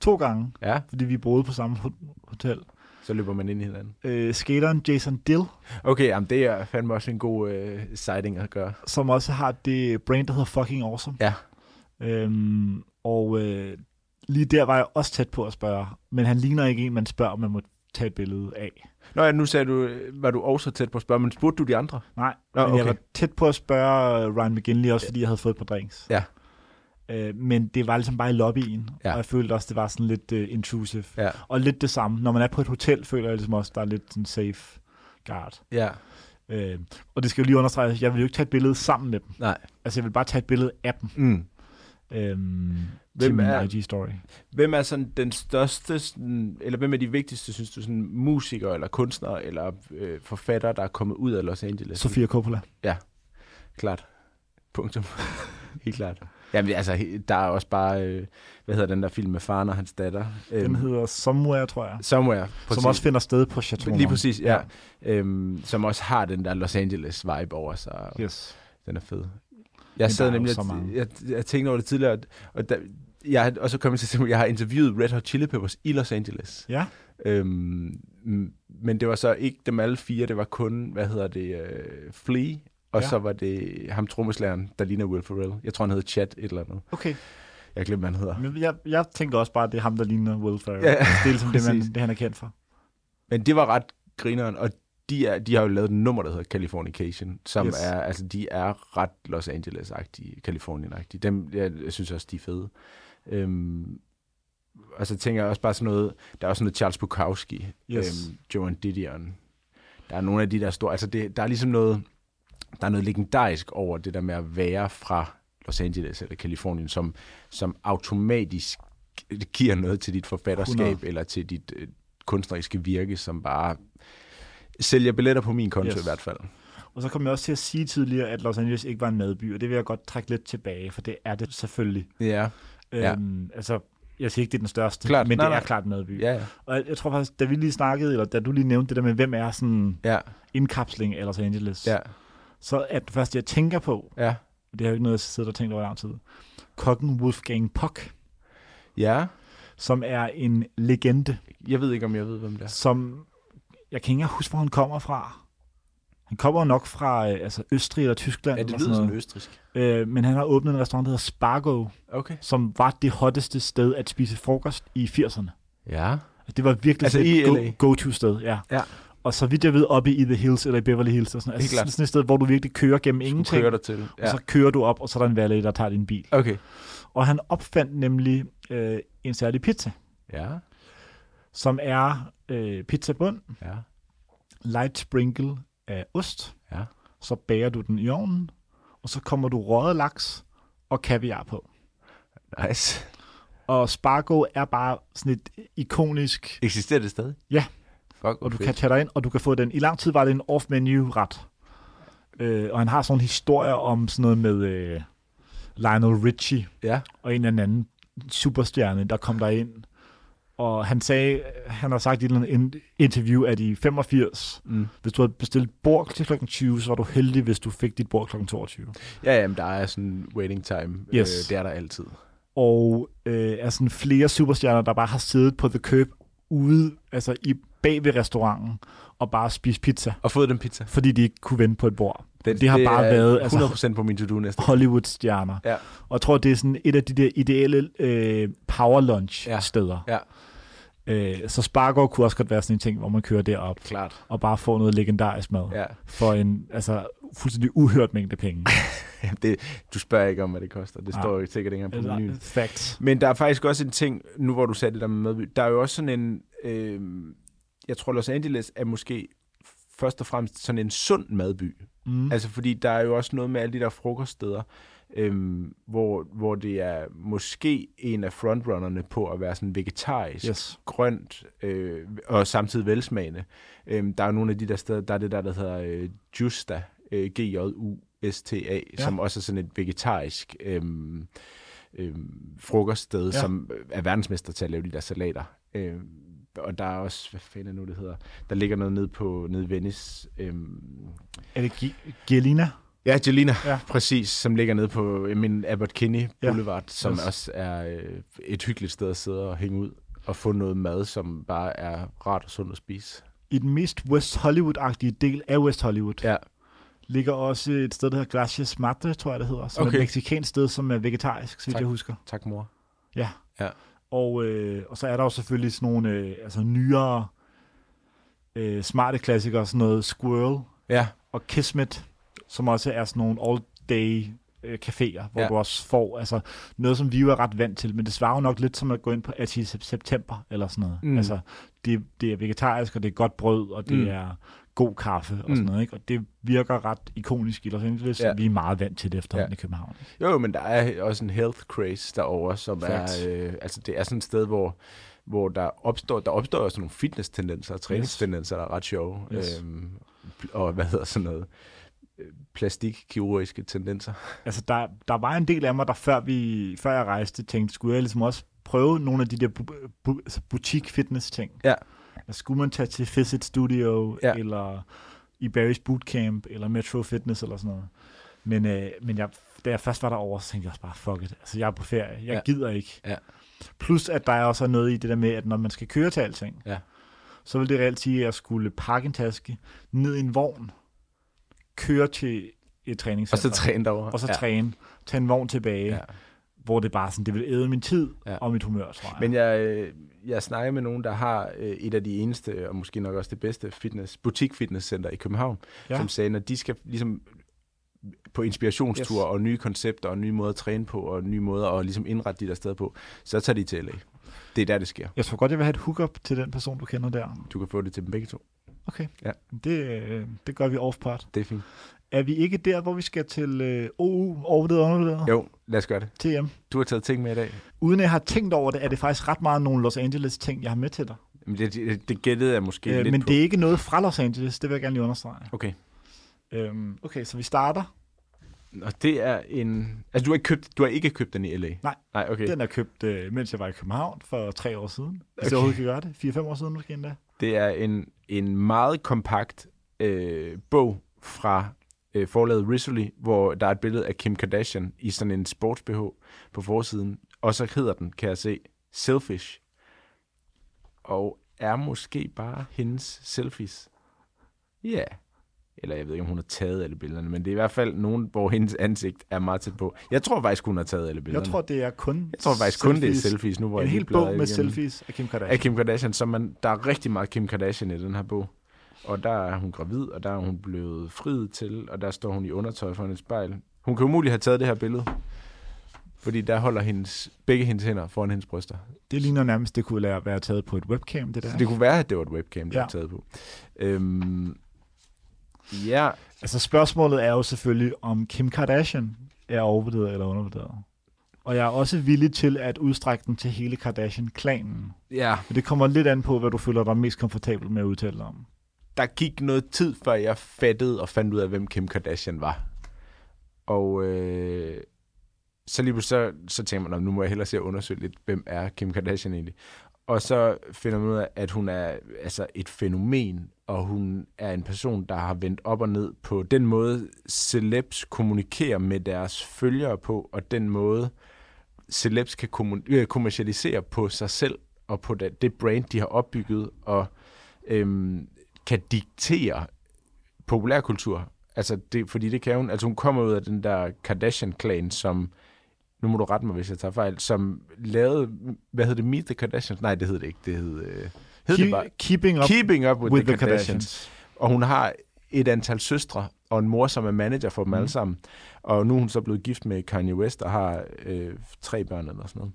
B: to gange,
A: ja,
B: fordi vi boede på samme ho- hotel.
A: så løber man ind i hinanden.
B: Øh, skateren Jason Dill,
A: Okay, jamen, det er fandme også en god øh, sighting at gøre.
B: som også har det brand, der hedder Fucking Awesome.
A: Ja.
B: Øhm, og øh, lige der var jeg også tæt på at spørge, men han ligner ikke en, man spørger, om man må tage et billede af.
A: Nå ja, nu sagde du, øh, var du også tæt på at spørge, men spurgte du de andre?
B: Nej,
A: Nå,
B: men jeg
A: okay.
B: var tæt på at spørge øh, Ryan McGinley også, fordi jeg havde fået et par drinks.
A: Ja.
B: Øh, men det var ligesom bare i lobbyen,
A: Ja.
B: ja. og jeg følte også, det var sådan lidt øh, intrusive.
A: Ja.
B: Og lidt det samme. Når man er på et hotel, føler jeg ligesom også, der er lidt sådan safe guard.
A: Ja,
B: Øh, og det skal jo lige understrege, jeg vil jo ikke tage et billede sammen med dem.
A: nej.
B: Altså, jeg vil bare tage et billede af dem
A: Mm.
B: øh, til
A: Hvem
B: min
A: er-
B: IG-story.
A: Hvem er sådan den største, sådan, eller hvem er de vigtigste, synes du, sådan musikere eller kunstnere eller øh, forfattere, der er kommet ud af Los Angeles?
B: Sofia Coppola.
A: Klart. Punktum. Helt klart. Jamen altså, he- der er også bare, øh, hvad hedder den der film med faren og hans datter? Øhm,
B: Den hedder Somewhere, tror jeg.
A: Somewhere.
B: Som også finder sted på Chateau.
A: Lige præcis, ja. Øhm, som også har den der Los Angeles-vibe over sig.
B: Yes.
A: Den er fed. Jeg sad
B: der er jo
A: nemlig,
B: så mange.
A: jeg, jeg, jeg tænkte over det tidligere, at- og der, jeg har også kommet til, at jeg har interviewet Red Hot Chili Peppers i Los Angeles.
B: Ja.
A: Øhm, m- men det var så ikke dem alle fire, det var kun, hvad hedder det, øh, Flea, og
B: Ja.
A: så var det ham trommeslageren, der ligner Will Ferrell. Jeg tror, han hed Chad et eller andet.
B: Okay.
A: Jeg glemte, hvad han hedder.
B: Men jeg, jeg tænker også bare, at det er ham, der ligner Will Ferrell.
A: Ja,
B: Ja, det er ligesom det, man,
A: præcis.
B: det, han er kendt for.
A: Men det var ret grineren, og de, er, de har jo lavet et nummer, der hedder Californication, som yes.
B: Yes.
A: er, altså de er ret Los Angeles-agtige, Kalifornien-agtige. Dem, jeg, jeg synes også, de er fede. Øhm, og så tænker jeg også bare sådan noget, der er også sådan noget Charles Bukowski,
B: Yes.
A: øhm, Joan Didion. Der er nogle af de der store, altså det, der er ligesom noget, der er noget legendarisk over det der med at være fra Los Angeles eller Kalifornien, som, som automatisk giver noget til dit forfatterskab
B: 100.
A: eller til dit øh, kunstneriske virke, som bare sælger billetter på min konto yes.
B: Yes.
A: i hvert fald.
B: Og så kom jeg også til at sige tidligere, at Los Angeles ikke var en madby, og det vil jeg godt trække lidt tilbage, for det er det selvfølgelig.
A: Ja, Ja.
B: Øhm, altså, jeg siger ikke, det er den største,
A: Klart.
B: men
A: Nej,
B: det
A: nej.
B: er klart en madby.
A: ja, ja.
B: Og jeg, jeg tror faktisk, da vi lige snakkede, eller da du lige nævnte det der med, hvem er sådan
A: ja,
B: indkapsling af Los Angeles,
A: ja,
B: så er det første, jeg tænker på,
A: ja.
B: det har jo ikke noget, jeg sidder og tænkt over i lang tid, kokken Wolfgang Puck,
A: ja.
B: som er en legende,
A: Jeg ved ikke, om jeg ved, hvem det er.
B: som jeg kan ikke engang huske, hvor han kommer fra. Han kommer nok fra øh, altså Østrig eller Tyskland.
A: Ja, det
B: eller
A: lyder sådan
B: noget.
A: østrisk.
B: Øh, men han har åbnet en restaurant, der hedder Spargo,
A: Okay.
B: som var det hotteste sted at spise frokost i 80'erne.
A: Ja.
B: Det var virkelig
A: Altså
B: sådan
A: i LA?
B: et go- go-to-sted. Ja.
A: Ja.
B: Og så vidt jeg ved, oppe i The Hills eller i Beverly Hills. Og sådan,
A: Helt
B: altså
A: klart.
B: sådan sådan et sted, hvor du virkelig kører gennem ingenting.
A: Kører dig til.
B: Ja. Og så kører du op, og så er der en valet, der tager din bil.
A: Okay.
B: Og han opfandt nemlig øh, en særlig pizza,
A: Ja,
B: som er øh, pizzabund,
A: ja,
B: light sprinkle af ost,
A: ja.
B: så bager du den i ovnen, og så kommer du røget laks og kaviar på.
A: Nice.
B: Og Spargo er bare sådan et ikonisk,
A: Eksisterer det stadig?
B: Ja.
A: Fuck,
B: og du
A: fedt.
B: kan tage dig ind, og du kan få den. I lang tid var det en off-menu-ret. Øh, og han har sådan en historie om sådan noget med øh, Lionel Richie
A: Ja,
B: og en eller anden superstjerne, der kom der ind. Og han sagde, han har sagt i et eller andet in- interview, at i 85,
A: Mm.
B: mm. hvis du havde bestilt bord til kl. 20, så var du heldig, hvis du fik dit bord kl. 22.
A: ja jamen, der er sådan waiting time.
B: Yes.
A: Øh, det er der altid.
B: og øh, er sådan flere superstjerner, der bare har siddet på The Curb ude, altså i bag ved restauranten, og bare spist pizza,
A: Og fået den pizza.
B: fordi de ikke kunne vente på et bord. Den, det har bare været
A: 100%
B: altså,
A: på min to-do næste.
B: Hollywood-stjerner.
A: Ja.
B: Og jeg tror, det er sådan et af de der ideelle øh, power
A: Ja.
B: lunch-steder.
A: Ja.
B: Øh, så Spargård kunne også godt være sådan en ting, hvor man kører derop
A: Klart.
B: og bare får noget legendarisk mad ja.
A: Ja.
B: for en altså, fuldstændig uhørt mængde penge.
A: Det, du spørger ikke om, hvad det koster. Det
B: Nej.
A: står jo sikkert ikke engang på menuen.
B: Eller, fact.
A: Men der er faktisk også en ting, nu hvor du sagde det der med Madby, der er jo også sådan en, øh, jeg tror Los Angeles er måske først og fremmest sådan en sund madby.
B: Mm.
A: Altså fordi der er jo også noget med alle de der frokoststeder, øh, hvor, hvor det er måske en af frontrunnerne på at være sådan vegetarisk,
B: Yes.
A: grønt øh, og samtidig velsmagende. Øh, der er jo nogle af de der steder, der er det der, der hedder øh, Justa, øh, G-J-U-S-T-A, ja. som også er sådan et vegetarisk øh, øh, frokoststed, ja. som øh, er verdensmester til at lave de der salater. Øh, og der er også, hvad fanden er nu det hedder, der ligger noget nede på nede i Venice. Øh,
B: Er det G- Gelina?
A: ja, Jelina,
B: Ja.
A: ja. præcis, som ligger nede på øh, min Abbot Kinney
B: Ja.
A: Boulevard, som
B: Yes.
A: også er øh, et hyggeligt sted at sidde og hænge ud og få noget mad, som bare er rart og sundt at spise.
B: I den mest West Hollywood-agtige del af West Hollywood ja.
A: Ja,
B: ligger også et sted, der hedder Gracias Mate, tror jeg det hedder, som okay. er
A: Okay.
B: et mexikansk sted, som er vegetarisk, så vidt
A: Tak.
B: jeg husker.
A: tak mor.
B: Ja.
A: Ja.
B: Og, øh, og så er der jo selvfølgelig sådan nogle øh, altså nyere, øh, smarte klassikere, sådan noget Squirrel
A: Ja,
B: og Kismet, som også er sådan nogle all-day øh, caféer, hvor ja.
A: Ja.
B: du også får altså, noget, som vi jo er ret vant til, men det svarer jo nok lidt som at gå ind på Etsy i sep- september eller sådan noget. Mm.
A: Mm.
B: Altså, det, det er vegetarisk, og det er godt brød, og det mm.
A: Mm.
B: er god kaffe og sådan
A: Mm.
B: noget, ikke? og det virker ret ikonisk i Los Angeles, ja.
A: Ja.
B: vi er meget vant til det efterhånden ja.
A: Ja.
B: i København.
A: jo, jo, men der er også en health craze derovre, som
B: Facts.
A: er, øh, altså det er sådan et sted, hvor, hvor der opstår, der opstår også nogle fitness-tendenser og træningstendenser, der er ret sjove.
B: Yes.
A: Yes. Øhm, pl- og hvad hedder sådan noget? Øh, plastikkirurgiske tendenser.
B: Altså, der, der var en del af mig, der før, vi, før jeg rejste, tænkte, skulle jeg ligesom også prøve nogle af de der bu- bu- altså butik-fitness-ting?
A: Ja.
B: Altså, skulle man tage til Fizzit Studio, ja.
A: Ja.
B: eller i Barry's Bootcamp, eller Metro Fitness, eller sådan noget. Men, øh, men jeg, da jeg først var derovre, så tænkte jeg også bare, fuck it. Altså, jeg er på ferie. Jeg ja.
A: Ja.
B: gider ikke.
A: Ja.
B: Plus, at der er også noget i det der med, at når man skal køre til alting,
A: Ja.
B: så vil det reelt sige, at jeg skulle pakke en taske ned i en vogn, køre til et træningscenter
A: Og så træne derovre.
B: og så ja. træne, tage en vogn tilbage, ja.
A: Ja.
B: hvor det bare sådan, det vil æde min tid ja.
A: Ja.
B: og mit humør, tror jeg.
A: Men jeg, øh, jeg snakker med nogen, der har øh, et af de eneste, og måske nok også det bedste fitness, butik fitnesscenter i København,
B: Ja.
A: ja. som sagde, når de skal ligesom på inspirationstur
B: Yes.
A: yes. og nye koncepter og nye måder at træne på og nye måder at ligesom indrette de der steder på, så tager de til LA. Det er der, det sker.
B: jeg tror godt, jeg vil have et hookup til den person, du kender der.
A: Du kan få det til dem begge to.
B: Okay.
A: Ja.
B: Det, øh, det gør vi off-part.
A: Det er fint.
B: Er vi ikke der, hvor vi skal til øh, OU, overvurderet og undervurderet,
A: Jo, lad os gøre det.
B: TM?
A: Du har taget ting med i dag.
B: Uden at jeg har tænkt over det, er det faktisk ret meget nogle Los Angeles ting, jeg har med til dig.
A: Men det, det, det gættede jeg måske øh,
B: Øh,
A: lidt
B: men
A: på.
B: det er ikke noget fra Los Angeles, det vil jeg gerne lige understrege.
A: Okay.
B: Øhm, okay, så vi starter.
A: Og det er en... Altså, du har ikke købt, du har ikke købt den i LA?
B: Nej.
A: Nej, okay.
B: Den er købt, øh, mens jeg var i København for tre år siden. Hvis okay.
A: Okay.
B: jeg overhovedet kan gøre det. 4-5 år siden måske endda.
A: Det er en, en meget kompakt øh, bog fra øh, forlaget Rizzoli, hvor der er et billede af Kim Kardashian i sådan en sports-BH på forsiden. Og så hedder den, kan jeg se, Selfish. Og er måske bare hendes selfies. Ja. Yeah. Eller jeg ved ikke, om hun har taget alle billederne, men det er i hvert fald nogen, hvor hendes ansigt er meget tæt på. Jeg tror faktisk, hun har taget alle billederne.
B: Jeg tror, det er kun
A: jeg tror faktisk kun, det er selfies nu, hvor
B: en
A: jeg
B: hel
A: lige bladrer
B: bog med
A: igennem
B: selfies af Kim
A: af
B: Kardashian.
A: Kim Kardashian, så man, der er rigtig meget Kim Kardashian i den her bog. Og der er hun gravid, og der er hun blevet friet til, og der står hun i undertøj foran et spejl. Hun kan umuligt have taget det her billede, fordi der holder hendes, begge hendes hænder foran hendes bryster.
B: Det ligner nærmest, det kunne lære- være taget på et webcam, det der.
A: Så det kunne være, at det var et webcam, der
B: Ja.
A: var taget på. Øhm, ja,
B: Altså spørgsmålet er jo selvfølgelig, om Kim Kardashian er overvurderet eller undervurderet. Og jeg er også villig til at udstrække den til hele Kardashian-klanen.
A: ja,
B: Men det kommer lidt an på, hvad du føler dig mest komfortabel med at udtale dig om.
A: der gik noget tid, før jeg fattede og fandt ud af, hvem Kim Kardashian var. Og øh, så lige pludselig, så, så tænkte man, "Nå, nu må jeg hellere se at undersøge lidt, hvem er Kim Kardashian egentlig. Og så finder man ud af, at hun er altså et fænomen, og hun er en person, der har vendt op og ned på den måde, celebs kommunikerer med deres følgere på, og den måde, celebs kan kommun- øh, kommercialisere på sig selv, og på det, det brand, de har opbygget, og øhm, kan diktere populærkultur. Altså det, fordi det kan hun. Altså hun kommer ud af den der Kardashian-klan, som nu må du rette mig, hvis jeg tager fejl, som lavede, hvad hed det, Meet the Kardashians? Nej, det hed det ikke, det hed, øh, hed det bare
B: Keep, keeping up
A: Keeping Up With,
B: with
A: the, Kardashians. Og hun har et antal søstre og en mor, som er manager for dem mm.
B: Mhm.
A: alle sammen. Og nu er hun så blevet gift med Kanye West og har øh, tre børn eller sådan noget.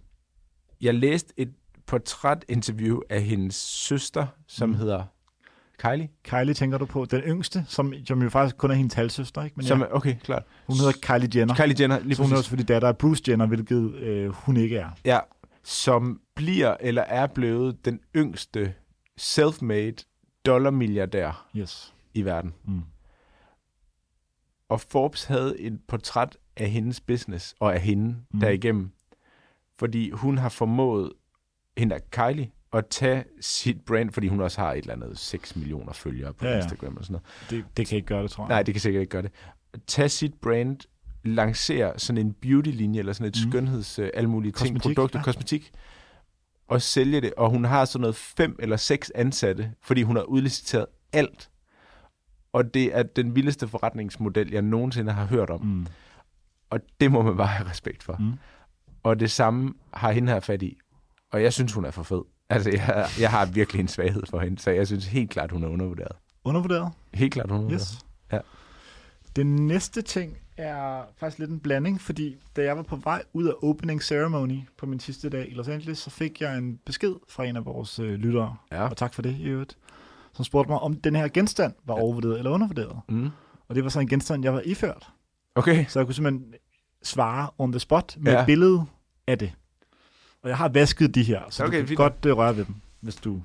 A: Jeg læste et portrætinterview af hendes søster, som
B: Mhm.
A: mm. hedder Kylie.
B: Kylie tænker du på, den yngste, som, som jo faktisk kun er hendes halvsøster, ikke? Men
A: Men
B: som,
A: som,
B: ja,
A: er- Okay, klart.
B: hun hedder Kylie Jenner.
A: Kylie Jenner, lige
B: så hun er jo
A: præcis.
B: selvfølgelig datter af Bruce Jenner, hvilket øh, hun ikke er.
A: Ja, som bliver eller er blevet den yngste self-made dollarmilliardær
B: Yes.
A: i verden.
B: Mm.
A: Og Forbes havde et portræt af hendes business og af hende
B: Mm.
A: mm. derigennem. Fordi hun har formået, hende der Kylie, at tage sit brand, fordi hun også har et eller andet 6 millioner følgere på
B: Ja,
A: ja,
B: ja.
A: ja. Instagram og sådan noget.
B: Det, det kan ikke gøre det, tror jeg.
A: Nej, det kan sikkert ikke gøre det. Tag sit brand, lancere sådan en beauty-linje, eller sådan et
B: Mm.
A: mm. skønheds, øh, alle mulige ting,
B: Kosmetik,
A: produkter,
B: ja.
A: ja. kosmetik, og sælge det. Og hun har sådan noget fem eller seks ansatte, fordi hun har udliciteret alt. Og det er den vildeste forretningsmodel, jeg nogensinde har hørt om.
B: Mm.
A: Og det må man bare have respekt for.
B: Mm.
A: Mm. Og det samme har hende her fat i. Og jeg synes, hun er for fed. Altså, jeg, jeg har virkelig en svaghed for hende, så jeg synes helt klart, hun er undervurderet.
B: Undervurderet?
A: Helt klart, hun er undervurderet.
B: Yes.
A: Ja.
B: Den næste ting er faktisk lidt en blanding, fordi da jeg var på vej ud af opening ceremony på min sidste dag i Los Angeles, så fik jeg en besked fra en af vores øh, lyttere,
A: Ja.
B: og tak for det i øvrigt, som spurgte mig, om den her genstand var overvurderet eller undervurderet.
A: Mm.
B: Og det var så en genstand, jeg var iført.
A: Okay.
B: Så jeg kunne simpelthen svare on the spot med ja.
A: Ja.
B: et billede af det. Og jeg har vasket de her, så okay,
A: Okay,
B: du kan
A: fint.
B: godt øh, røre ved dem, hvis du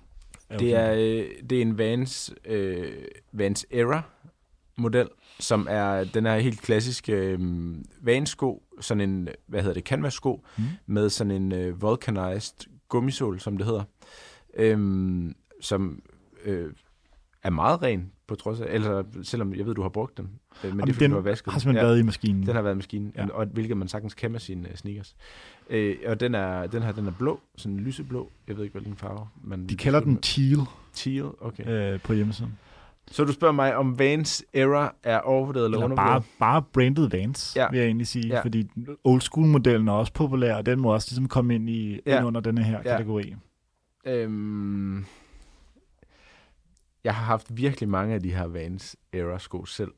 B: er
A: Det
B: okay.
A: er, øh, det er en Vans, øh, Vans Era model, som er, den er helt klassisk øh, Vans-sko, sådan en, hvad hedder det, canvas-sko,
B: Mm.
A: mm. med sådan en øh, vulcanized gummisål, som det hedder, øh, som øh, er meget ren, på trods af, eller selvom jeg ved, du har brugt den, øh, men Jamen, det er, fordi
B: den
A: du har vasket
B: har simpelthen ja.
A: Ja.
B: været i maskinen.
A: Den har været i maskinen,
B: Ja.
A: ja. og hvilket man sagtens kan med sine øh, sneakers. Øh, og den, er, den her, den er blå, sådan lyseblå. Jeg ved ikke, hvilken farve. Man
B: De kalder den teal
A: teal. Okay.
B: øh, på hjemmesiden.
A: Så du spørger mig, om Vans Era er overvurderet eller,
B: Eller bare,
A: undervurderet?
B: bare branded Vans, ja.
A: Ja.
B: vil jeg egentlig sige. Ja.
A: Ja.
B: Fordi old school modellen er også populær, og den må også ligesom komme ind, i, ja.
A: Ja.
B: ind under denne her ja.
A: Ja.
B: kategori.
A: Øhm, jeg har haft virkelig mange af de her Vans Era sko selv.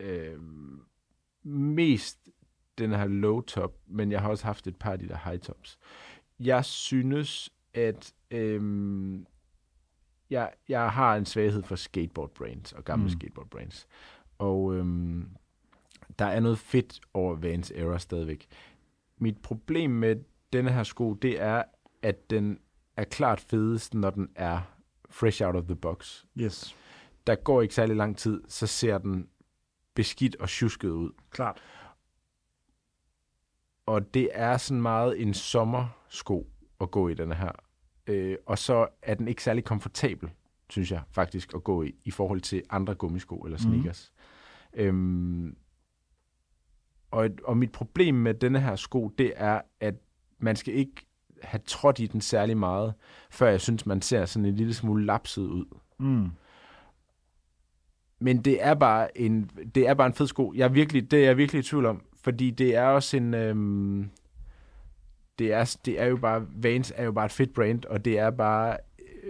A: Øhm, mest den her low top, men jeg har også haft et par af de der high tops. Jeg synes, at øhm, jeg, jeg har en svaghed for skateboard brands og gamle
B: Mm.
A: mm. skateboard brands. Og øhm, der er noget fedt over Vans Era stadigvæk. Mit problem med denne her sko, det er, at den er klart fedest, når den er fresh out of the box.
B: Yes,
A: Der går ikke særlig lang tid, så ser den beskidt og tjusket ud.
B: klart.
A: Og det er sådan meget en sommersko at gå i den her. Øh, og så er den ikke særlig komfortabel, synes jeg faktisk, at gå i, i forhold til andre gummisko eller
B: Mhm.
A: sneakers. Mm. Øhm, og, og mit problem med denne her sko, det er, at man skal ikke have trådt i den særlig meget, før jeg synes, man ser sådan en lille smule lapset ud.
B: Mm.
A: Men det er bare en, det er bare en fed sko. Jeg er virkelig, det er jeg virkelig i tvivl om, fordi det er også en... Øhm, det, er, det er jo bare... Vans er jo bare et fedt brand, og det er bare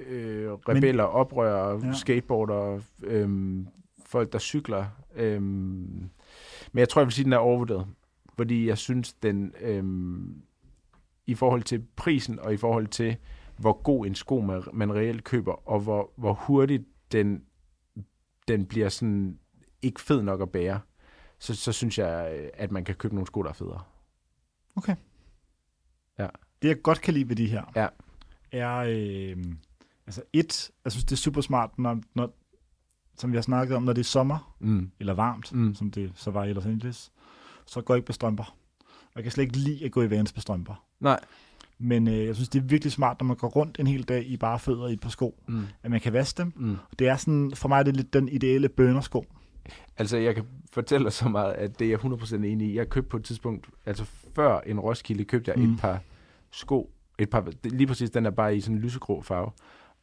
A: øh, rebeller, Men, oprører,
B: Ja.
A: ja. skateboarder, øhm, folk, der cykler. Øhm, men jeg tror, jeg vil sige, at den er overvurderet. Fordi jeg synes, den... Øhm, I forhold til prisen, og i forhold til, hvor god en sko man, man reelt køber, og hvor, hvor hurtigt den, den bliver sådan ikke fed nok at bære, så, så synes jeg, øh, at man kan købe nogle sko, der er federe.
B: Det jeg godt kan lide ved de her,
A: Ja.
B: er øh, altså et, jeg synes det er super smart, når, når, som vi har snakket om, når det er sommer
A: Mm.
B: eller varmt, mm.
A: Mm.
B: som det så var i Los Angeles, så går jeg ikke på strømper. Og jeg kan slet ikke lide at gå i Vans på strømper.
A: Nej.
B: Men øh, jeg synes, det er virkelig smart, når man går rundt en hel dag i bare fødder i et par sko,
A: Mm.
B: at man kan vaske dem.
A: Mm.
B: Det er sådan, for mig er det lidt den ideelle bøndersko.
A: Altså, jeg kan fortælle dig så meget, at det er jeg 100% enig i. Jeg købte på et tidspunkt, altså før en Roskilde, købte jeg
B: Mm.
A: mm. et par sko, et par, det- lige præcis den er bare i sådan en lysegrå farve,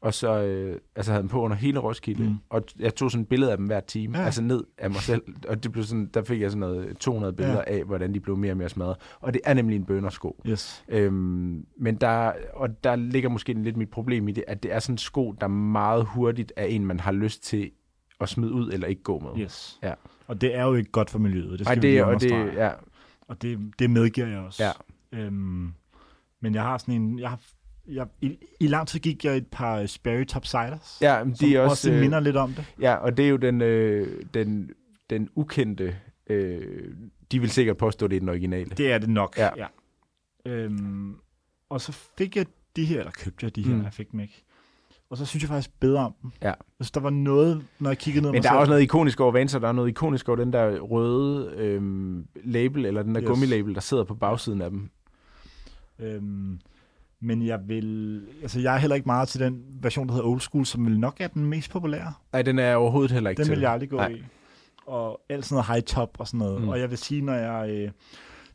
A: Og så øh, altså havde dem på under hele Roskilde.
B: Mm.
A: Mm. Og jeg tog sådan et billede af dem hver time.
B: Ja.
A: Ja. Altså ned af mig selv. Og det blev sådan, der fik jeg sådan noget 200 billeder
B: Ja.
A: ja. af, hvordan de blev mere og mere smadret. Og det er nemlig en bøndersko.
B: Yes.
A: Øhm, men der, og der ligger måske lidt mit problem i det, at det er sådan en sko, der meget hurtigt er en, man har lyst til at smide ud eller ikke gå med.
B: Yes.
A: Ja.
B: Og det er jo ikke godt for miljøet. Det
A: Ej,
B: skal Ej, det, vi
A: det,
B: lige
A: og det,
B: understrege.
A: ja,
B: Og det, det medgiver jeg også.
A: Ja.
B: Øhm, men jeg har sådan en... Jeg har, jeg, i, I lang tid gik jeg et par Sperry Topsiders,
A: ja men
B: som
A: de er også,
B: også
A: øh,
B: minder lidt om det.
A: Ja, og det er jo den, øh, den, den ukendte, øh, de vil sikkert påstå, det er den originale.
B: Det er det nok,
A: Ja.
B: ja. Øhm, og så fik jeg de her, eller købte jeg de her, mm.
A: Mm.
B: jeg fik dem ikke. Og så synes jeg faktisk bedre om dem.
A: Ja.
B: Altså, der var noget, når jeg kiggede ned
A: Men der er også noget ikonisk over Vanser, der er noget ikonisk over den der røde øh, label, eller den der
B: Yes.
A: yes. gummilabel, der sidder på bagsiden af dem.
B: noget... Øhm, men jeg vil... Altså, jeg er heller ikke meget til den version, der hedder Old School, som vil nok er den mest populære.
A: Nej, den er jeg overhovedet heller ikke
B: Den
A: til.
B: vil jeg aldrig gå
A: Nej.
B: Nej. i. Og alt sådan noget high top og sådan noget. Mm.
A: Mm.
B: Og jeg vil sige, når jeg... Øh,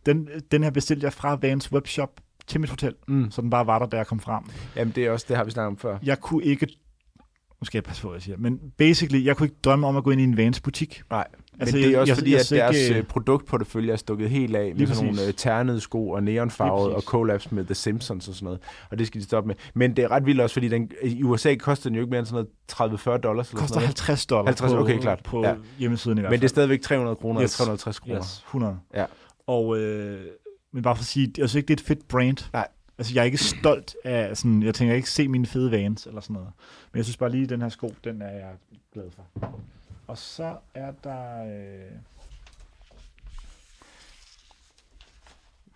B: den, den her bestilte jeg fra Vans webshop til mit hotel,
A: Mm.
B: så den bare var der, da jeg kom frem.
A: Jamen, det er også, det har vi snakket om før.
B: Jeg kunne ikke... Nu skal jeg passe på, hvad jeg siger. Men basically, jeg kunne ikke drømme om at gå ind i en Vans butik.
A: Nej, men altså,
B: Altså,
A: det er
B: jeg-
A: også
B: jeg-
A: jeg, fordi,
B: jeg
A: jeg, at
B: ser ikke,
A: deres
B: øh,
A: ikke... produktportefølje er stukket helt af
B: Lige
A: med sådan
B: præcis.
A: nogle øh, ternede sko og neonfarvede
B: Lige
A: og
B: præcis.
A: collabs med The Simpsons og sådan noget. Og det skal de stoppe med. Men det er ret vildt også, fordi den, i USA koster den jo ikke mere end sådan noget 30-40 dollars.
B: Det
A: Eller
B: koster
A: sådan noget.
B: 50 dollar
A: 50,
B: på,
A: okay, klart.
B: på ja.
A: Ja.
B: hjemmesiden i hvert fald.
A: Men det er stadigvæk 300 kroner
B: Yes.
A: yes. 350 kroner.
B: Yes, 100.
A: Ja.
B: Og, øh, men bare for at sige, jeg synes ikke, det er et fedt brand.
A: Nej.
B: Altså, jeg er ikke stolt af sådan, jeg tænker ikke, se mine fede vans eller sådan noget. Men jeg synes bare lige, den her sko, den er jeg glad for. Og så er der... Øh,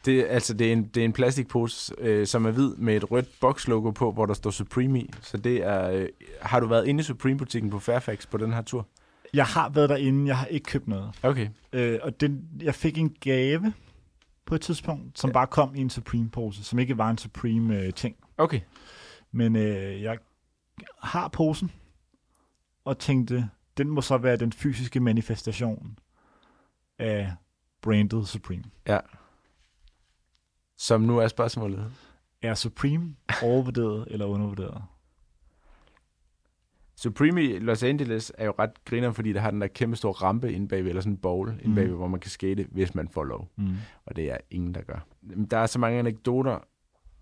A: Det, er- altså, det, er en, det er en plastikpose, øh, som er hvid med et rødt bokslogo på, hvor der står Supreme i. Så det er... Øh, har du været inde i Supreme-butikken på Fairfax på den her tur?
B: jeg har været derinde, jeg har ikke købt noget.
A: Okay.
B: Øh, og den, jeg fik en gave på et tidspunkt, som ja. bare kom i en Supreme-pose, som ikke var en Supreme-ting.
A: Okay.
B: Men øh, jeg har posen, og tænkte, den må så være den fysiske manifestation af brandet Supreme.
A: Som nu er spørgsmålet.
B: Er Supreme overvurderet eller undervurderet?
A: Supreme i Los Angeles er jo ret griner, fordi der har den der kæmpe store rampe inde bagved, eller sådan en bowl mm.
B: Mm.
A: inde bagved, hvor man kan skate, hvis man får lov.
B: Mm.
A: Og det er ingen, der gør. Jamen, Der er så mange anekdoter.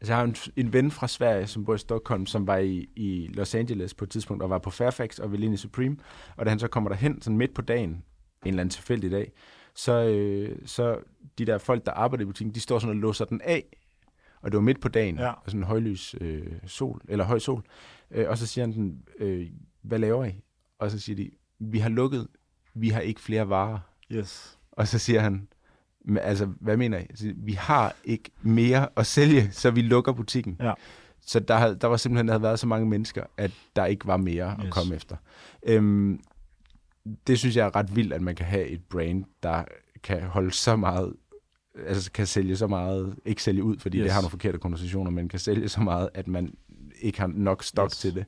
A: Altså, jeg har en, en ven fra Sverige, som bor i Stockholm, som var i, i Los Angeles på et tidspunkt, og var på Fairfax og ville ind i Supreme. Og da han så kommer derhen, sådan midt på dagen, en eller anden tilfældig dag, så, øh, så de der folk, der arbejder i butikken, de står sådan og låser den af. Og det var midt på dagen,
B: Ja.
A: ja. og sådan en højlys øh, sol, eller høj sol. Øh, og så siger han den, øh, hvad laver I? Og så siger de, vi har lukket, vi har ikke flere varer.
B: Yes.
A: Og så siger han, "Men altså, hvad mener I? Så siger, Vi har ikke mere at sælge, så vi lukker butikken.
B: Ja.
A: Så der, havde, der var simpelthen der havde været så mange mennesker, at der ikke var mere yes.
B: Yes.
A: at komme efter. Øhm, det synes jeg er ret vildt, at man kan have et brand, der kan holde så meget, altså kan sælge så meget, ikke sælge ud, fordi yes.
B: Yes.
A: det har nogle forkerte konnotationer, men kan sælge så meget, at man ikke har nok stok
B: Yes.
A: yes. til det.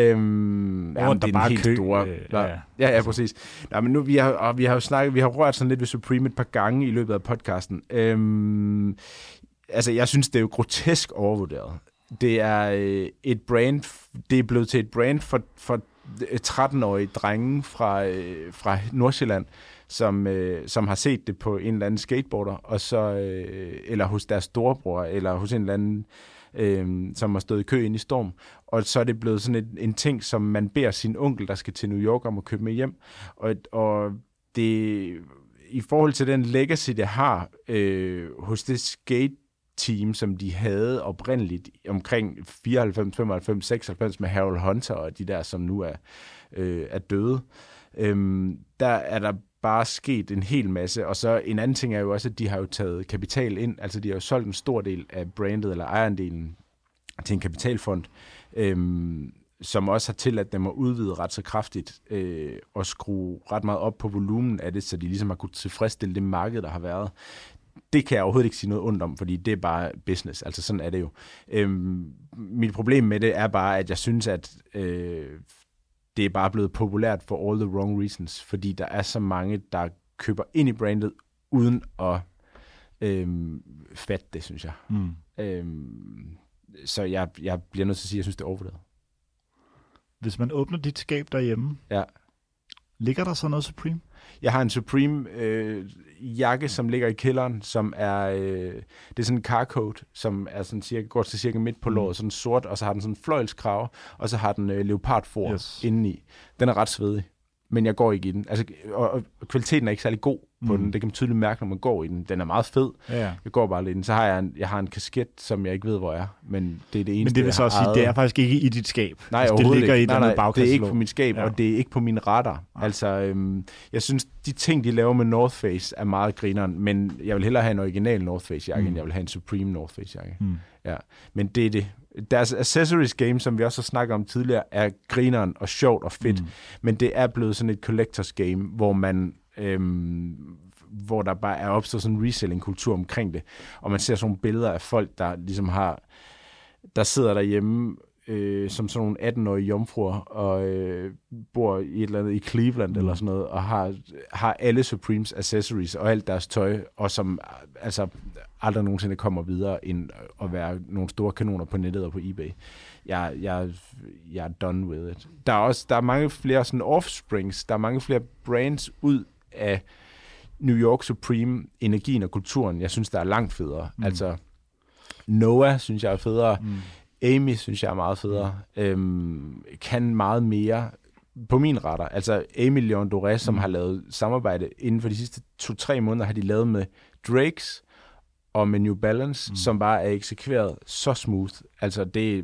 A: Øhm,
B: Hvor
A: jamen,
B: der bare er kø, øh,
A: ja.
B: ja.
A: Ja, ja, præcis. Nej, men nu, vi har, og vi har jo snakket, vi har rørt sådan lidt ved Supreme et par gange i løbet af podcasten. Øhm, altså, jeg synes, det er jo grotesk overvurderet. Det er øh, et brand, f- det er blevet til et brand for, for øh, 13-årige drenge fra, øh, fra Nordsjælland, som, øh, som har set det på en eller anden skateboarder, og så, øh, eller hos deres storebror, eller hos en eller anden, øh, som har stået i kø ind i storm. Og så er det blevet sådan en, en ting, som man beder sin onkel, der skal til New York, om at købe med hjem. Og, og det, i forhold til den legacy, det har øh, hos det skate team, som de havde oprindeligt omkring 94, 95, 96 med Harold Hunter og de der, som nu er, øh, er døde. Øhm, der er der bare sket en hel masse, og så en anden ting er jo også, at de har jo taget kapital ind, altså de har jo solgt en stor del af brandet eller ejendelen til en kapitalfond, øhm, som også har tilladt dem at udvide ret så kraftigt øh, og skrue ret meget op på volumen af det, så de ligesom har kunnet tilfredsstille det marked, der har været. Det kan jeg overhovedet ikke sige noget ondt om, fordi det er bare business. Altså sådan er det jo. Øhm, mit problem med det er bare, at jeg synes, at øh, det er bare blevet populært for all the wrong reasons, fordi der er så mange, der køber ind i brandet uden at øhm, fatte det, synes jeg.
B: Mm.
A: Øhm, så jeg, jeg bliver nødt til at sige, at jeg synes, det er overvurderet.
B: Hvis man åbner dit skab derhjemme,
A: Ja.
B: ligger der så noget Supreme?
A: Jeg har en Supreme øh, jakke, som ligger i kælderen, som er, øh, det er sådan en carcoat, som er sådan cirka, går til cirka midt
B: Mm.
A: på låret, sådan sort, og så har den sådan en fløjlskrave, og så har den øh, leopardfor
B: Yes.
A: yes. indeni. Den er ret svedig, men jeg går ikke i den. Altså, og, og kvaliteten er ikke særlig god på
B: Mm.
A: mm. den. Det kan man tydeligt mærke, når man går i den. Den er meget fed.
B: Ja.
A: Jeg går bare lidt i den. Så har jeg, en, jeg har en kasket, som jeg ikke ved, hvor er, men det er det eneste,
B: Men det vil
A: jeg
B: så
A: har
B: også sige,
A: ejet.
B: det er faktisk ikke i dit skab.
A: Nej,
B: altså, det
A: overhovedet
B: ligger
A: ikke.
B: i den
A: nej,
B: andet
A: nej, det er ikke
B: bagkastelåg.
A: på mit skab,
B: Ja. Ah.
A: ja. og det er ikke på min radar.
B: Nej.
A: Altså, øhm, jeg synes, de ting, de laver med North Face, er meget grineren, men jeg vil hellere have en original North Face-jakke,
B: Mm.
A: mm. end jeg vil have en Supreme North Face-jakke.
B: Mm.
A: Ja. Men det er det. Deres accessories game, som vi også har snakket om tidligere, er grineren og sjovt og fedt,
B: Mm.
A: mm. men det er blevet sådan et collectors game, hvor man... Øhm, hvor der bare er opstået sådan en reselling-kultur omkring det. Og man ser sådan nogle billeder af folk, der ligesom har der sidder derhjemme øh, som sådan nogle 18-årige jomfruer og øh, bor i et eller andet i Cleveland eller sådan noget, og har, har alle Supremes accessories og alt deres tøj, og som øh, altså aldrig nogensinde kommer videre end at være nogle store kanoner på nettet og på eBay. Jeg, jeg, jeg er done with it. Der er også der er mange flere sådan offsprings, der er mange flere brands ud af New York Supreme, energien og kulturen, jeg synes, der er langt federe. Mm. Altså, Noah synes jeg er federe. Mm. Amy synes jeg er meget federe. Øhm, kan meget mere på min retter. Altså Amy Leon Doré, som har lavet samarbejde inden for de sidste to-tre måneder, har de lavet med Drakes og med New Balance, mm. som bare er eksekveret så smooth. Altså det er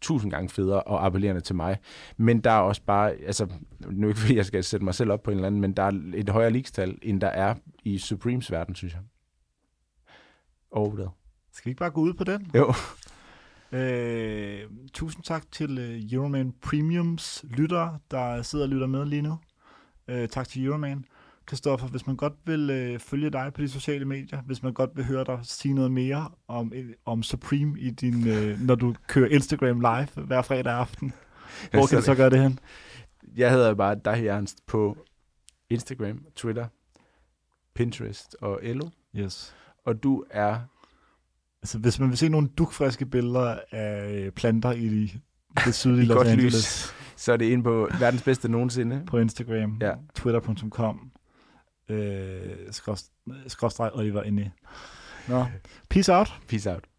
A: tusind gange federe og appellerende til mig. Men der er også bare, altså nu er ikke fordi jeg skal sætte mig selv op på en eller anden, men der er et højere ligestal, end der er i Supremes verden, synes jeg. Overvurderet.
B: Skal vi ikke bare gå ud på den?
A: Jo.
B: Øh, tusind tak til øh, Euroman Premiums lyttere, der sidder og lytter med lige nu. Øh, tak til Euroman. Kristoffer, hvis man godt vil øh, følge dig på de sociale medier, hvis man godt vil høre dig sige noget mere om, øh, om Supreme, i din, øh, når du kører Instagram live hver fredag aften, hvor kan du så gøre det hen?
A: Jeg hedder bare dig Ernst på Instagram, Twitter, Pinterest og Elo.
B: Yes.
A: Og du er...
B: Altså, hvis man vil se nogle dukfriske billeder af øh, planter i det sydlige
A: I
B: Los
A: godt
B: Angeles
A: lys. Så er det inde på verdens bedste nogensinde.
B: på Instagram,
A: Ja.
B: twitter.com, øh, skrås- skråstreg Oliver Inde. Nå, peace out.
A: Peace out.